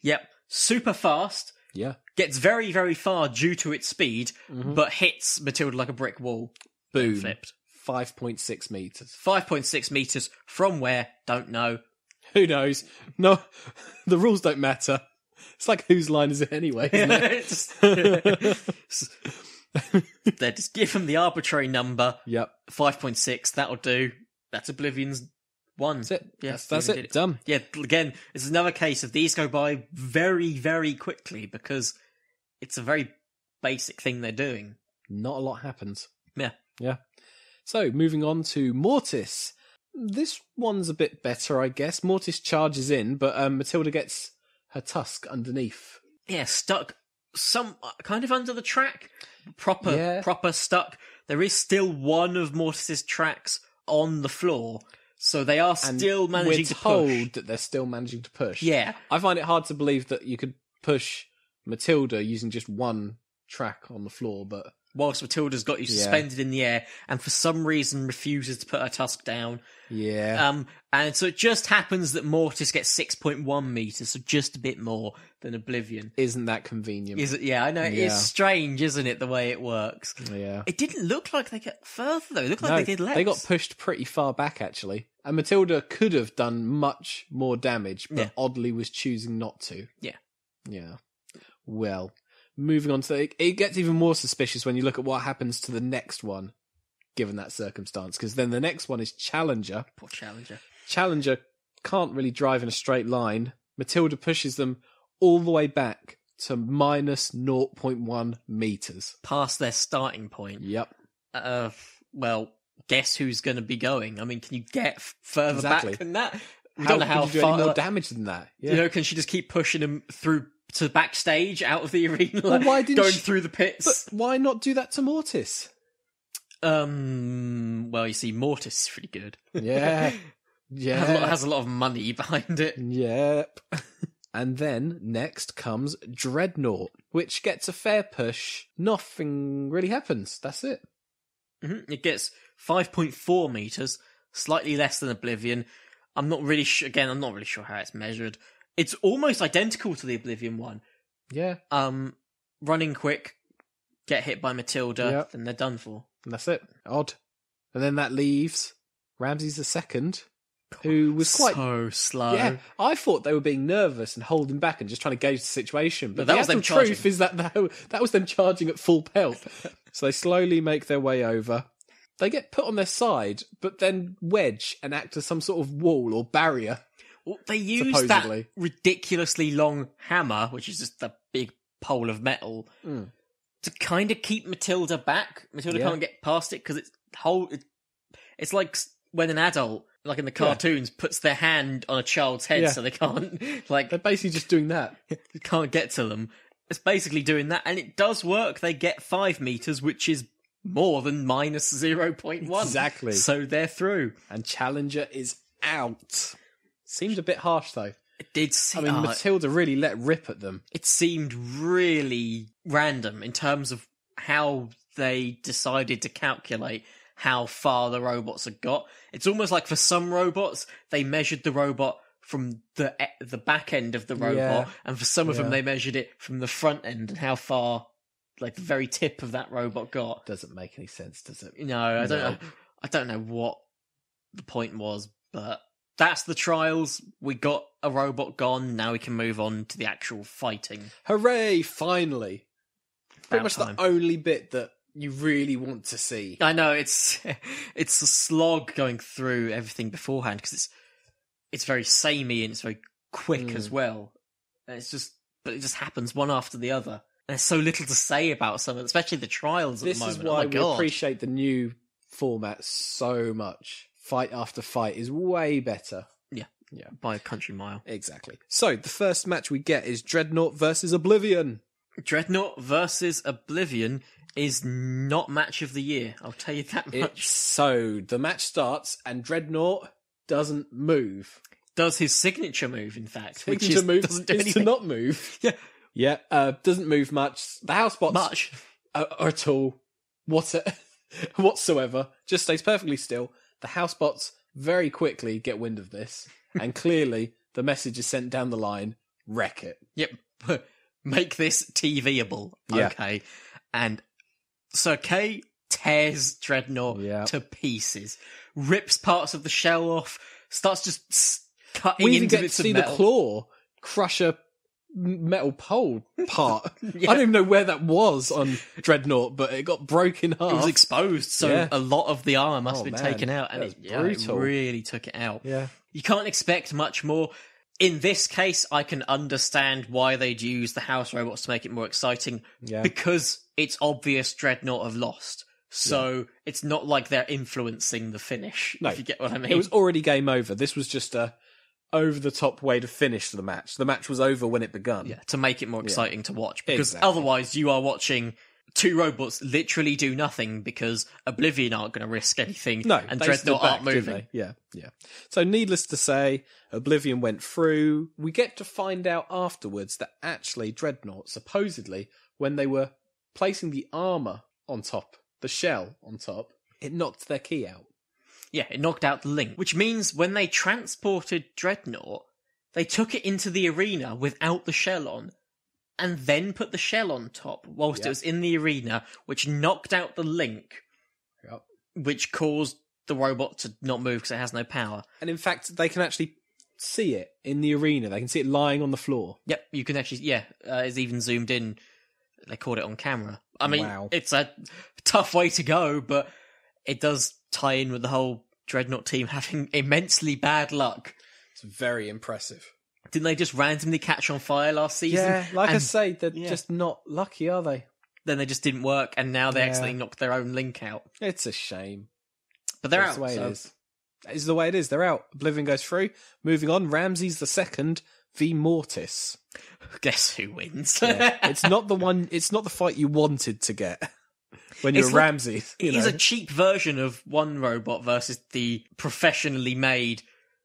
Speaker 5: Yep, super fast,
Speaker 4: yeah,
Speaker 5: gets very, very far due to its speed, but hits Matilda like a brick wall.
Speaker 4: Mm-hmm. boom,
Speaker 5: Flipped.
Speaker 4: five point six meters.
Speaker 5: 5.6 meters from where? Don't know.
Speaker 4: Who knows? No, the rules don't matter. It's like whose line is it anyway? Isn't it?
Speaker 5: Just- they just give them the arbitrary number.
Speaker 4: yep,
Speaker 5: five point six. That'll do. That's Oblivion's one. That's
Speaker 4: it. That's- that's it. Done.
Speaker 5: Yeah. Again, it's another case of these go by very, very quickly because it's a very basic thing they're doing.
Speaker 4: not a lot happens.
Speaker 5: Yeah.
Speaker 4: Yeah. So moving on to Mortis. This one's a bit better, I guess. Mortis charges in, but um, Matilda gets her tusk underneath.
Speaker 5: Yeah. Stuck some kind of under the track. Proper.
Speaker 4: Yeah.
Speaker 5: Proper stuck. There is still one of Mortis's tracks on the floor, so they are still managing
Speaker 4: we're
Speaker 5: to
Speaker 4: told
Speaker 5: push.
Speaker 4: that they're still managing to push.
Speaker 5: Yeah.
Speaker 4: I find it hard to believe that you could push Matilda using just one track on the floor, but
Speaker 5: Whilst Matilda's got you suspended in the air, and for some reason refuses to put her tusk down.
Speaker 4: yeah,
Speaker 5: Um, and so it just happens that Mortis gets 6.1 meters, so just a bit more than Oblivion.
Speaker 4: isn't that convenient?
Speaker 5: Is it? Yeah, I know. It
Speaker 4: Yeah.
Speaker 5: is strange, isn't it, the way it works?
Speaker 4: yeah.
Speaker 5: It didn't look like they got further, though. It looked like
Speaker 4: No,
Speaker 5: they did less.
Speaker 4: they got pushed pretty far back actually, and Matilda could have done much more damage, but
Speaker 5: Yeah.
Speaker 4: oddly was choosing not to.
Speaker 5: Yeah.
Speaker 4: Yeah. Well, moving on to it, it gets even more suspicious when you look at what happens to the next one, given that circumstance, because then the next one is Challenger.
Speaker 5: Poor Challenger.
Speaker 4: Challenger can't really drive in a straight line. Matilda pushes them all the way back to minus 0.1 meters.
Speaker 5: Past their starting point.
Speaker 4: Yep.
Speaker 5: Uh, well, guess who's going to be going? I mean, can you get f- further
Speaker 4: Exactly.
Speaker 5: back than that? We
Speaker 4: How
Speaker 5: don't know
Speaker 4: could
Speaker 5: how
Speaker 4: you do
Speaker 5: far.
Speaker 4: any more damage than that? Yeah.
Speaker 5: You know, can she just keep pushing them through to backstage, out of the arena,
Speaker 4: Well, why didn't
Speaker 5: going
Speaker 4: she-
Speaker 5: through the pits?
Speaker 4: but why not do that to Mortis?
Speaker 5: Um. Well, you see, Mortis is pretty good.
Speaker 4: Yeah.
Speaker 5: Has, a lot,
Speaker 4: Yeah.
Speaker 5: has a lot of money behind it.
Speaker 4: Yep. And then next comes Dreadnought, which gets a fair push. Nothing really happens. That's it. Mm-hmm.
Speaker 5: Mhm, It gets 5.4 meters, slightly less than Oblivion. I'm not really sure. Again, I'm not really sure how it's measured. It's almost identical to the Oblivion one.
Speaker 4: Yeah.
Speaker 5: Um, running quick, get hit by Matilda,
Speaker 4: Yep.
Speaker 5: then they're done for.
Speaker 4: And that's it. Odd. And then that leaves Ramses the second, who was quite
Speaker 5: so slow.
Speaker 4: Yeah, I thought they were being nervous and holding back and just trying to gauge the situation. But
Speaker 5: that
Speaker 4: the
Speaker 5: was them
Speaker 4: actual
Speaker 5: charging.
Speaker 4: truth is that they, that was them charging at full pelt. so they slowly make their way over. They get put on their side, but then wedge and act as some sort of wall or barrier.
Speaker 5: Well, they used
Speaker 4: Supposedly.
Speaker 5: that ridiculously long hammer, which is just a big pole of metal, to kind of keep Matilda back. Matilda
Speaker 4: Hmm. Yeah.
Speaker 5: can't get past it because it's whole. It, it's like s- when an adult, like in the cartoons, puts their hand on a child's head
Speaker 4: Yeah.
Speaker 5: so they can't like
Speaker 4: They're basically just doing that.
Speaker 5: can't get to them. It's basically doing that, and it does work. They get five meters, which is more than minus zero point one.
Speaker 4: Hmm. Exactly.
Speaker 5: So they're through.
Speaker 4: And Challenger is out. Seemed a bit harsh though.
Speaker 5: It did. Se-
Speaker 4: I mean,
Speaker 5: oh,
Speaker 4: Matilda really let rip at them.
Speaker 5: it seemed really random in terms of how they decided to calculate how far the robots had got. It's almost like for some robots, they measured the robot from the e- the back end of the robot,
Speaker 4: Yeah.
Speaker 5: and for some of
Speaker 4: Yeah.
Speaker 5: them, they measured it from the front end and how far, like the very tip of that robot got.
Speaker 4: Doesn't make any sense, does it?
Speaker 5: No, I don't
Speaker 4: No.
Speaker 5: know. I don't know what the point was, but that's the trials. We got a robot gone. Now we can move on to the actual fighting.
Speaker 4: Hooray! Finally, pretty
Speaker 5: About
Speaker 4: much
Speaker 5: time.
Speaker 4: the only bit that you really want to see.
Speaker 5: I know it's it's a slog going through everything beforehand because it's it's very samey and it's very quick
Speaker 4: Hmm.
Speaker 5: as well. And it's just but it just happens one after the other. And there's so little to say about some of, especially the trials.
Speaker 4: This
Speaker 5: at the
Speaker 4: is
Speaker 5: moment.
Speaker 4: why
Speaker 5: oh my
Speaker 4: we
Speaker 5: God.
Speaker 4: appreciate the new format so much. Fight after fight is way better.
Speaker 5: by a country mile.
Speaker 4: Exactly. So the first match we get is Dreadnought versus Oblivion.
Speaker 5: Dreadnought versus Oblivion is not match of the year. I'll tell you that
Speaker 4: It,
Speaker 5: much.
Speaker 4: so the match starts and Dreadnought doesn't move.
Speaker 5: Does his signature move, in fact,
Speaker 4: Which
Speaker 5: which
Speaker 4: to
Speaker 5: is,
Speaker 4: move
Speaker 5: doesn't do
Speaker 4: is
Speaker 5: anything
Speaker 4: to not move.
Speaker 5: Yeah.
Speaker 4: yeah. Uh, doesn't move much. The housebots
Speaker 5: much.
Speaker 4: uh, or at all, what whatsoever. Just stays perfectly still. The housebots very quickly get wind of this, and clearly the message is sent down the line: wreck it.
Speaker 5: Yep. Make this TVable.
Speaker 4: Yeah.
Speaker 5: Okay. And Sir Kay tears Dreadnought
Speaker 4: Yeah.
Speaker 5: to pieces, rips parts of the shell off, starts just s- cutting
Speaker 4: We even
Speaker 5: into
Speaker 4: get to
Speaker 5: bits of
Speaker 4: see
Speaker 5: metal.
Speaker 4: the claw crush a m- metal pole part. I don't even know where that was on Dreadnought, but it got broken half.
Speaker 5: it was exposed, so
Speaker 4: Yeah.
Speaker 5: a lot of the armor must
Speaker 4: Oh,
Speaker 5: have been
Speaker 4: man.
Speaker 5: taken out, and
Speaker 4: That
Speaker 5: it,
Speaker 4: was
Speaker 5: yeah, it
Speaker 4: brutal.
Speaker 5: really took it out.
Speaker 4: yeah.
Speaker 5: You can't expect much more. In this case, I can understand why they'd use the house robots to make it more exciting
Speaker 4: Yeah.
Speaker 5: because it's obvious Dreadnought have lost. So it's not like they're influencing the finish,
Speaker 4: No.
Speaker 5: if you get what I mean.
Speaker 4: It was already game over. This was just a over the top way to finish the match. The match was over when it begun.
Speaker 5: yeah, to make it more exciting to watch because
Speaker 4: Exactly.
Speaker 5: otherwise you are watching two robots literally do nothing because Oblivion aren't going to risk anything
Speaker 4: No,
Speaker 5: and
Speaker 4: they stood
Speaker 5: Dreadnought
Speaker 4: back,
Speaker 5: aren't
Speaker 4: didn't
Speaker 5: moving.
Speaker 4: they? Yeah, yeah. So, needless to say, Oblivion went through. We get to find out afterwards that actually Dreadnought, supposedly, when they were placing the armor on top, the shell on top, it knocked their key out.
Speaker 5: Yeah, it knocked out the link, which means when they transported Dreadnought, they took it into the arena without the shell on, and then put the shell on top whilst
Speaker 4: Yeah.
Speaker 5: it was in the arena, which knocked out the link,
Speaker 4: Yep.
Speaker 5: which caused the robot to not move because it has no power.
Speaker 4: And in fact, they can actually see it in the arena. They can see it lying on the floor.
Speaker 5: Yep, you can actually, yeah, uh, it's even zoomed in. They caught it on camera. I mean,
Speaker 4: Wow.
Speaker 5: it's a tough way to go, but it does tie in with the whole Dreadnought team having immensely bad luck.
Speaker 4: It's very impressive.
Speaker 5: Didn't they just randomly catch on fire last season?
Speaker 4: Yeah, like I
Speaker 5: And
Speaker 4: say, they're just not lucky, are they?
Speaker 5: then they just didn't work, and now they
Speaker 4: Yeah.
Speaker 5: accidentally knocked their own link out.
Speaker 4: It's a shame.
Speaker 5: But they're
Speaker 4: That's
Speaker 5: out.
Speaker 4: the way
Speaker 5: so-
Speaker 4: it is. That is the way it is. They're out. Oblivion goes through. Moving on, Ramses the second v Mortis.
Speaker 5: Guess who wins?
Speaker 4: It's not the one. It's not the fight you wanted to get when you
Speaker 5: It's
Speaker 4: were
Speaker 5: like-
Speaker 4: Ramses. You
Speaker 5: it
Speaker 4: know,
Speaker 5: is a cheap version of one robot versus the professionally made,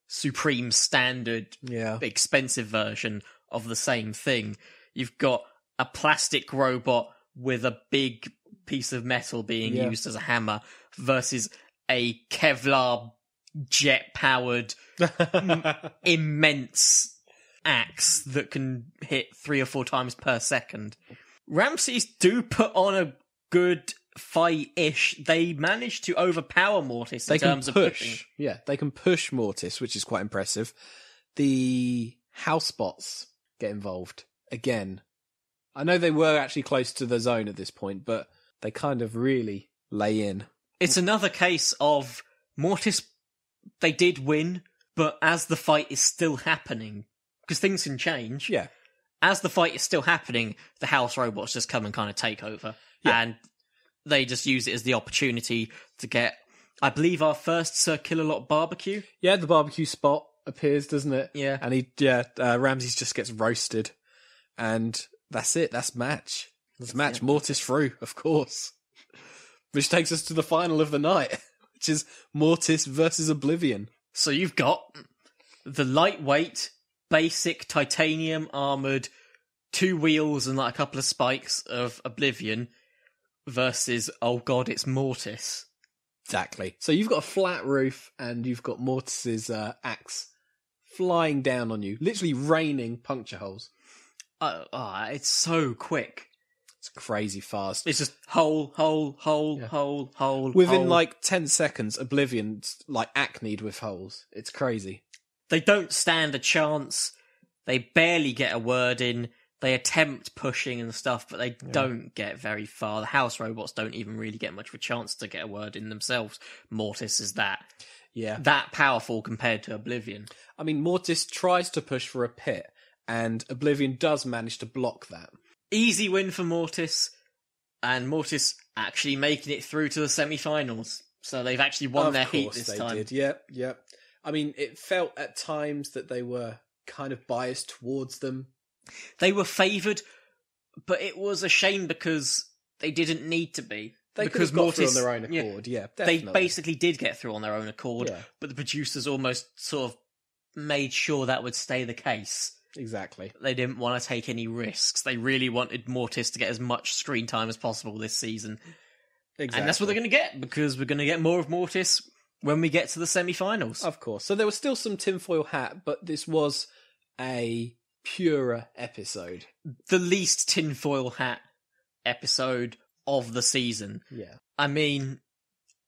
Speaker 5: supreme standard,
Speaker 4: yeah,
Speaker 5: expensive version of the same thing. You've got a plastic robot with a big piece of metal being
Speaker 4: Yeah.
Speaker 5: used as a hammer versus a Kevlar jet powered immense axe that can hit three or four times per second. Ramses do put on a good fight ish. They manage to overpower Mortis in
Speaker 4: they can
Speaker 5: terms
Speaker 4: push.
Speaker 5: of pushing.
Speaker 4: Yeah, they can push Mortis, which is quite impressive. The housebots get involved again. I know they were actually close to the zone at this point, but they kind of really lay in.
Speaker 5: It's another case of Mortis. They did win, but as the fight is still happening, because things can change.
Speaker 4: Yeah,
Speaker 5: as the fight is still happening, the house robots just come and kind of take over,
Speaker 4: Yeah.
Speaker 5: and they just use it as the opportunity to get I believe our first Sir Killalot barbecue.
Speaker 4: Yeah, the barbecue spot appears, doesn't it?
Speaker 5: Yeah.
Speaker 4: And he, yeah, uh, Ramses just gets roasted, and that's it. That's match. That's match. Mortis through, of course. Which takes us to the final of the night, which is Mortis versus Oblivion.
Speaker 5: So you've got the lightweight, basic titanium armored, two wheels and like a couple of spikes of Oblivion versus oh god, it's Mortis.
Speaker 4: Exactly. So you've got a flat roof, and you've got Mortis's uh, axe flying down on you, literally raining puncture holes.
Speaker 5: Uh, ah, it's so quick.
Speaker 4: It's crazy fast. Oh.
Speaker 5: It's just hole, hole, hole, hole, hole.
Speaker 4: Within
Speaker 5: hole.
Speaker 4: like ten seconds, Oblivion's like acneed with holes. It's crazy.
Speaker 5: they don't stand a chance. They barely get a word in. They attempt pushing and stuff, but they don't get very far. The house robots don't even really get much of a chance to get a word in themselves. Mortis is that
Speaker 4: Yeah.
Speaker 5: that powerful compared to Oblivion.
Speaker 4: I mean, Mortis tries to push for a pit, and Oblivion does manage to block that.
Speaker 5: Easy win for Mortis, and Mortis actually making it through to the semi-finals. So they've actually won
Speaker 4: of
Speaker 5: their heat
Speaker 4: course
Speaker 5: this
Speaker 4: they
Speaker 5: time.
Speaker 4: did. Yep, yep. I mean, it felt at times that they were kind of biased towards them.
Speaker 5: They were favoured, but it was a shame because they didn't need to be.
Speaker 4: They
Speaker 5: because
Speaker 4: could have got through
Speaker 5: Mortis-
Speaker 4: on their own
Speaker 5: yeah.
Speaker 4: accord. Yeah, definitely.
Speaker 5: They basically did get through on their own accord,
Speaker 4: Yeah.
Speaker 5: but the producers almost sort of made sure that would stay the case.
Speaker 4: exactly.
Speaker 5: They didn't want to take any risks. They really wanted Mortis to get as much screen time as possible this season.
Speaker 4: Exactly.
Speaker 5: And that's what they're going to get because we're going to get more of Mortis when we get to the semi finals.
Speaker 4: Of course. So there was still some tinfoil hat, but this was a purer episode.
Speaker 5: The least tinfoil hat episode of the season.
Speaker 4: Yeah.
Speaker 5: I mean,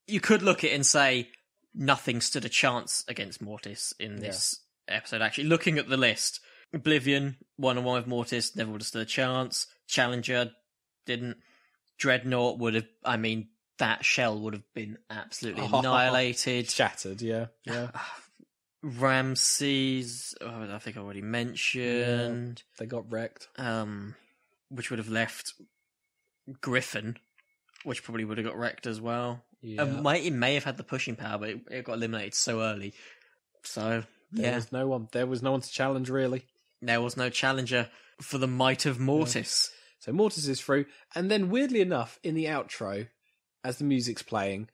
Speaker 5: you could look at it and say nothing stood a chance against Mortis in this episode. Actually, looking at the list, Oblivion one on one with Mortis never would have stood a chance. Challenger didn't. Dreadnought would have. I mean, that shell would have been absolutely
Speaker 4: Oh,
Speaker 5: annihilated.
Speaker 4: Shattered. Yeah. Yeah.
Speaker 5: Ramses, oh, I think I already mentioned,
Speaker 4: they got wrecked.
Speaker 5: um, which would have left Griffin, which probably would have got wrecked as well.
Speaker 4: Yeah.
Speaker 5: Um, might, it may have had the pushing power, but it, it got eliminated so early. So
Speaker 4: There
Speaker 5: yeah,
Speaker 4: was no one. There was no one to challenge really.
Speaker 5: there was no challenger for the might of Mortis.
Speaker 4: So Mortis is through, and then weirdly enough, in the outro, as the music's playing,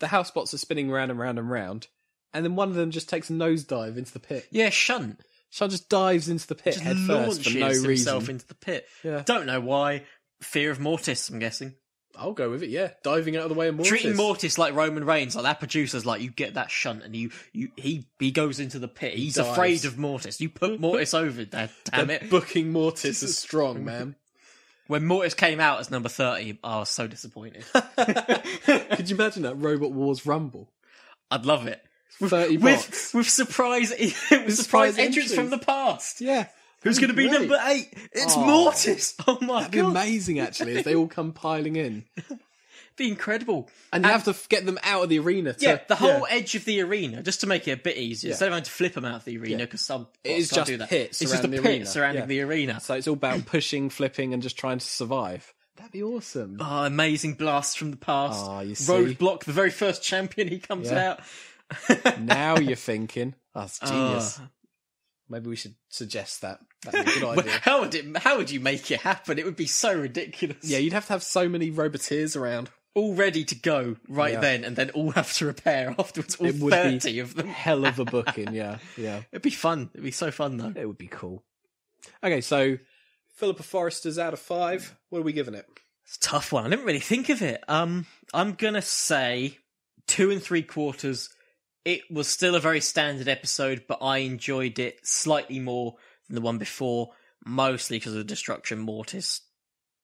Speaker 4: the housebots are spinning round and round and round, and then one of them just takes a nosedive into the pit.
Speaker 5: Yeah, Shunt
Speaker 4: Sean just dives into the pit
Speaker 5: just
Speaker 4: head first for no
Speaker 5: launches himself
Speaker 4: reason.
Speaker 5: into the pit.
Speaker 4: Yeah.
Speaker 5: Don't know why. Fear of Mortis, I'm guessing.
Speaker 4: I'll go with it. Yeah, diving out of the way of Mortis.
Speaker 5: Treating Mortis like Roman Reigns, like that producer's like you get that shunt and you, you he he goes into the pit. He's
Speaker 4: dives.
Speaker 5: afraid of Mortis. You put Mortis over there, damn it.
Speaker 4: Booking Mortis is strong, man.
Speaker 5: When Mortis came out as number thirty, I was so disappointed.
Speaker 4: Could you imagine that Robot Wars Rumble?
Speaker 5: I'd love it.
Speaker 4: Thirty
Speaker 5: With
Speaker 4: bots.
Speaker 5: with surprise with surprise
Speaker 4: surprise
Speaker 5: entrance
Speaker 4: entries.
Speaker 5: from the past.
Speaker 4: Yeah,
Speaker 5: Who's going to be
Speaker 4: Great.
Speaker 5: number eight? It's
Speaker 4: Aw.
Speaker 5: Mortis. Oh my
Speaker 4: That'd be
Speaker 5: god,
Speaker 4: amazing, actually, if they all come piling in,
Speaker 5: be incredible.
Speaker 4: and you have to f- get them out of the arena. To,
Speaker 5: Yeah, the whole edge of the arena, just to make it a bit easier,
Speaker 4: Yeah.
Speaker 5: instead of having to flip them out of the arena
Speaker 4: Yeah.
Speaker 5: because some
Speaker 4: It is
Speaker 5: can't
Speaker 4: just
Speaker 5: do that.
Speaker 4: pit
Speaker 5: It's just a
Speaker 4: surrounding
Speaker 5: pit
Speaker 4: the arena.
Speaker 5: surrounding
Speaker 4: Yeah.
Speaker 5: the arena.
Speaker 4: So it's all about pushing, flipping, and just trying to survive. That'd be awesome.
Speaker 5: Oh, amazing blasts from the past.
Speaker 4: Ah, you see.
Speaker 5: Roadblock, the very first champion, he comes
Speaker 4: Yeah.
Speaker 5: out.
Speaker 4: now you're thinking, that's genius.
Speaker 5: Ah.
Speaker 4: Maybe we should suggest that. That'd be a good idea.
Speaker 5: how would it? How would you make it happen? It would be so ridiculous.
Speaker 4: yeah, you'd have to have so many roboteers around.
Speaker 5: all ready to go right
Speaker 4: Yeah.
Speaker 5: then, and then all have to repair afterwards. All
Speaker 4: It would be
Speaker 5: thirty of them.
Speaker 4: Hell of a booking, yeah, yeah.
Speaker 5: It'd be fun. It'd be so fun though.
Speaker 4: It would be cool. Okay, so Philippa Forrester's out of five. What are we giving it?
Speaker 5: It's a tough one. I didn't really think of it. Um, I'm gonna say two and three quarters. It was still a very standard episode, but I enjoyed it slightly more than the one before, mostly because of the destruction Mortis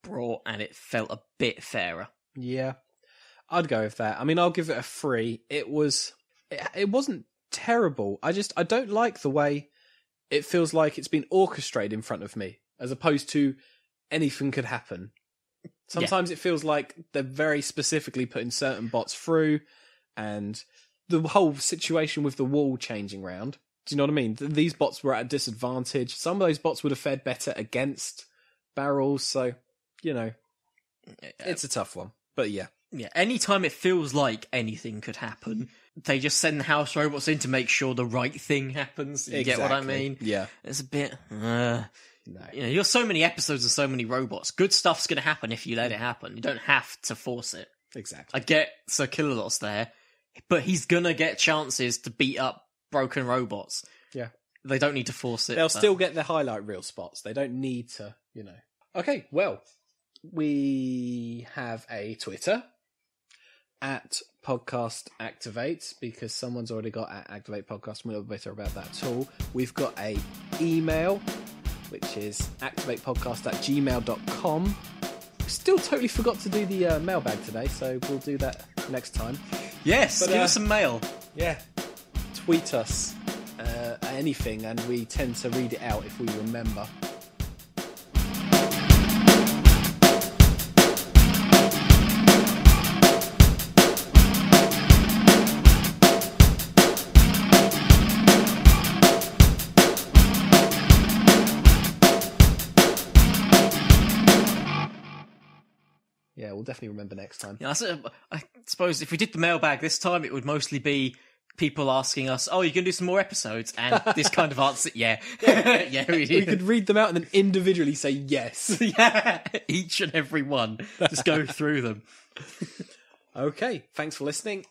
Speaker 5: brought, and it felt a bit fairer.
Speaker 4: Yeah, I'd go with that. I mean, I'll give it a three. It was, it, it wasn't terrible. I just, I don't like the way it feels like it's been orchestrated in front of me, as opposed to anything could happen. Sometimes it feels like they're very specifically putting certain bots through, and the whole situation with the wall changing round. Do you know what I mean? Th- These bots were at a disadvantage. Some of those bots would have fared better against barrels. So, you know, it's a tough one. But yeah,
Speaker 5: Yeah, anytime it feels like anything could happen, they just send the house robots in to make sure the right thing happens. You get what I
Speaker 4: Exactly,
Speaker 5: mean?
Speaker 4: yeah.
Speaker 5: It's a bit. Uh, You know, you're so many episodes and so many robots. Good stuff's going to happen if you let it happen. You don't have to force it.
Speaker 4: Exactly.
Speaker 5: I get Sir Killalot's there, but he's going to get chances to beat up broken robots.
Speaker 4: Yeah.
Speaker 5: They don't need to force it.
Speaker 4: They'll
Speaker 5: but-
Speaker 4: still get their highlight reel spots. They don't need to, you know. Okay, well, we have a Twitter at podcast activate because someone's already got at activate podcast. We'll be better about that tool. We've got a email, which is activatepodcast at gmail.com. Still totally forgot to do the uh, mailbag today, so we'll do that next time.
Speaker 5: Yes,
Speaker 4: But,
Speaker 5: give
Speaker 4: uh,
Speaker 5: us some mail.
Speaker 4: Yeah. Tweet us uh, anything, and we tend to read it out if we remember. Yeah, we'll definitely remember next time.
Speaker 5: Yeah, I sort of- I suppose if we did the mailbag this time, it would mostly be people asking us, "Oh, you can do some more episodes?" And this kind of answer, yeah, yeah, we
Speaker 4: We
Speaker 5: did.
Speaker 4: could read them out and then individually say yes.
Speaker 5: yeah, each and every one, just go through them.
Speaker 4: Okay, thanks for listening,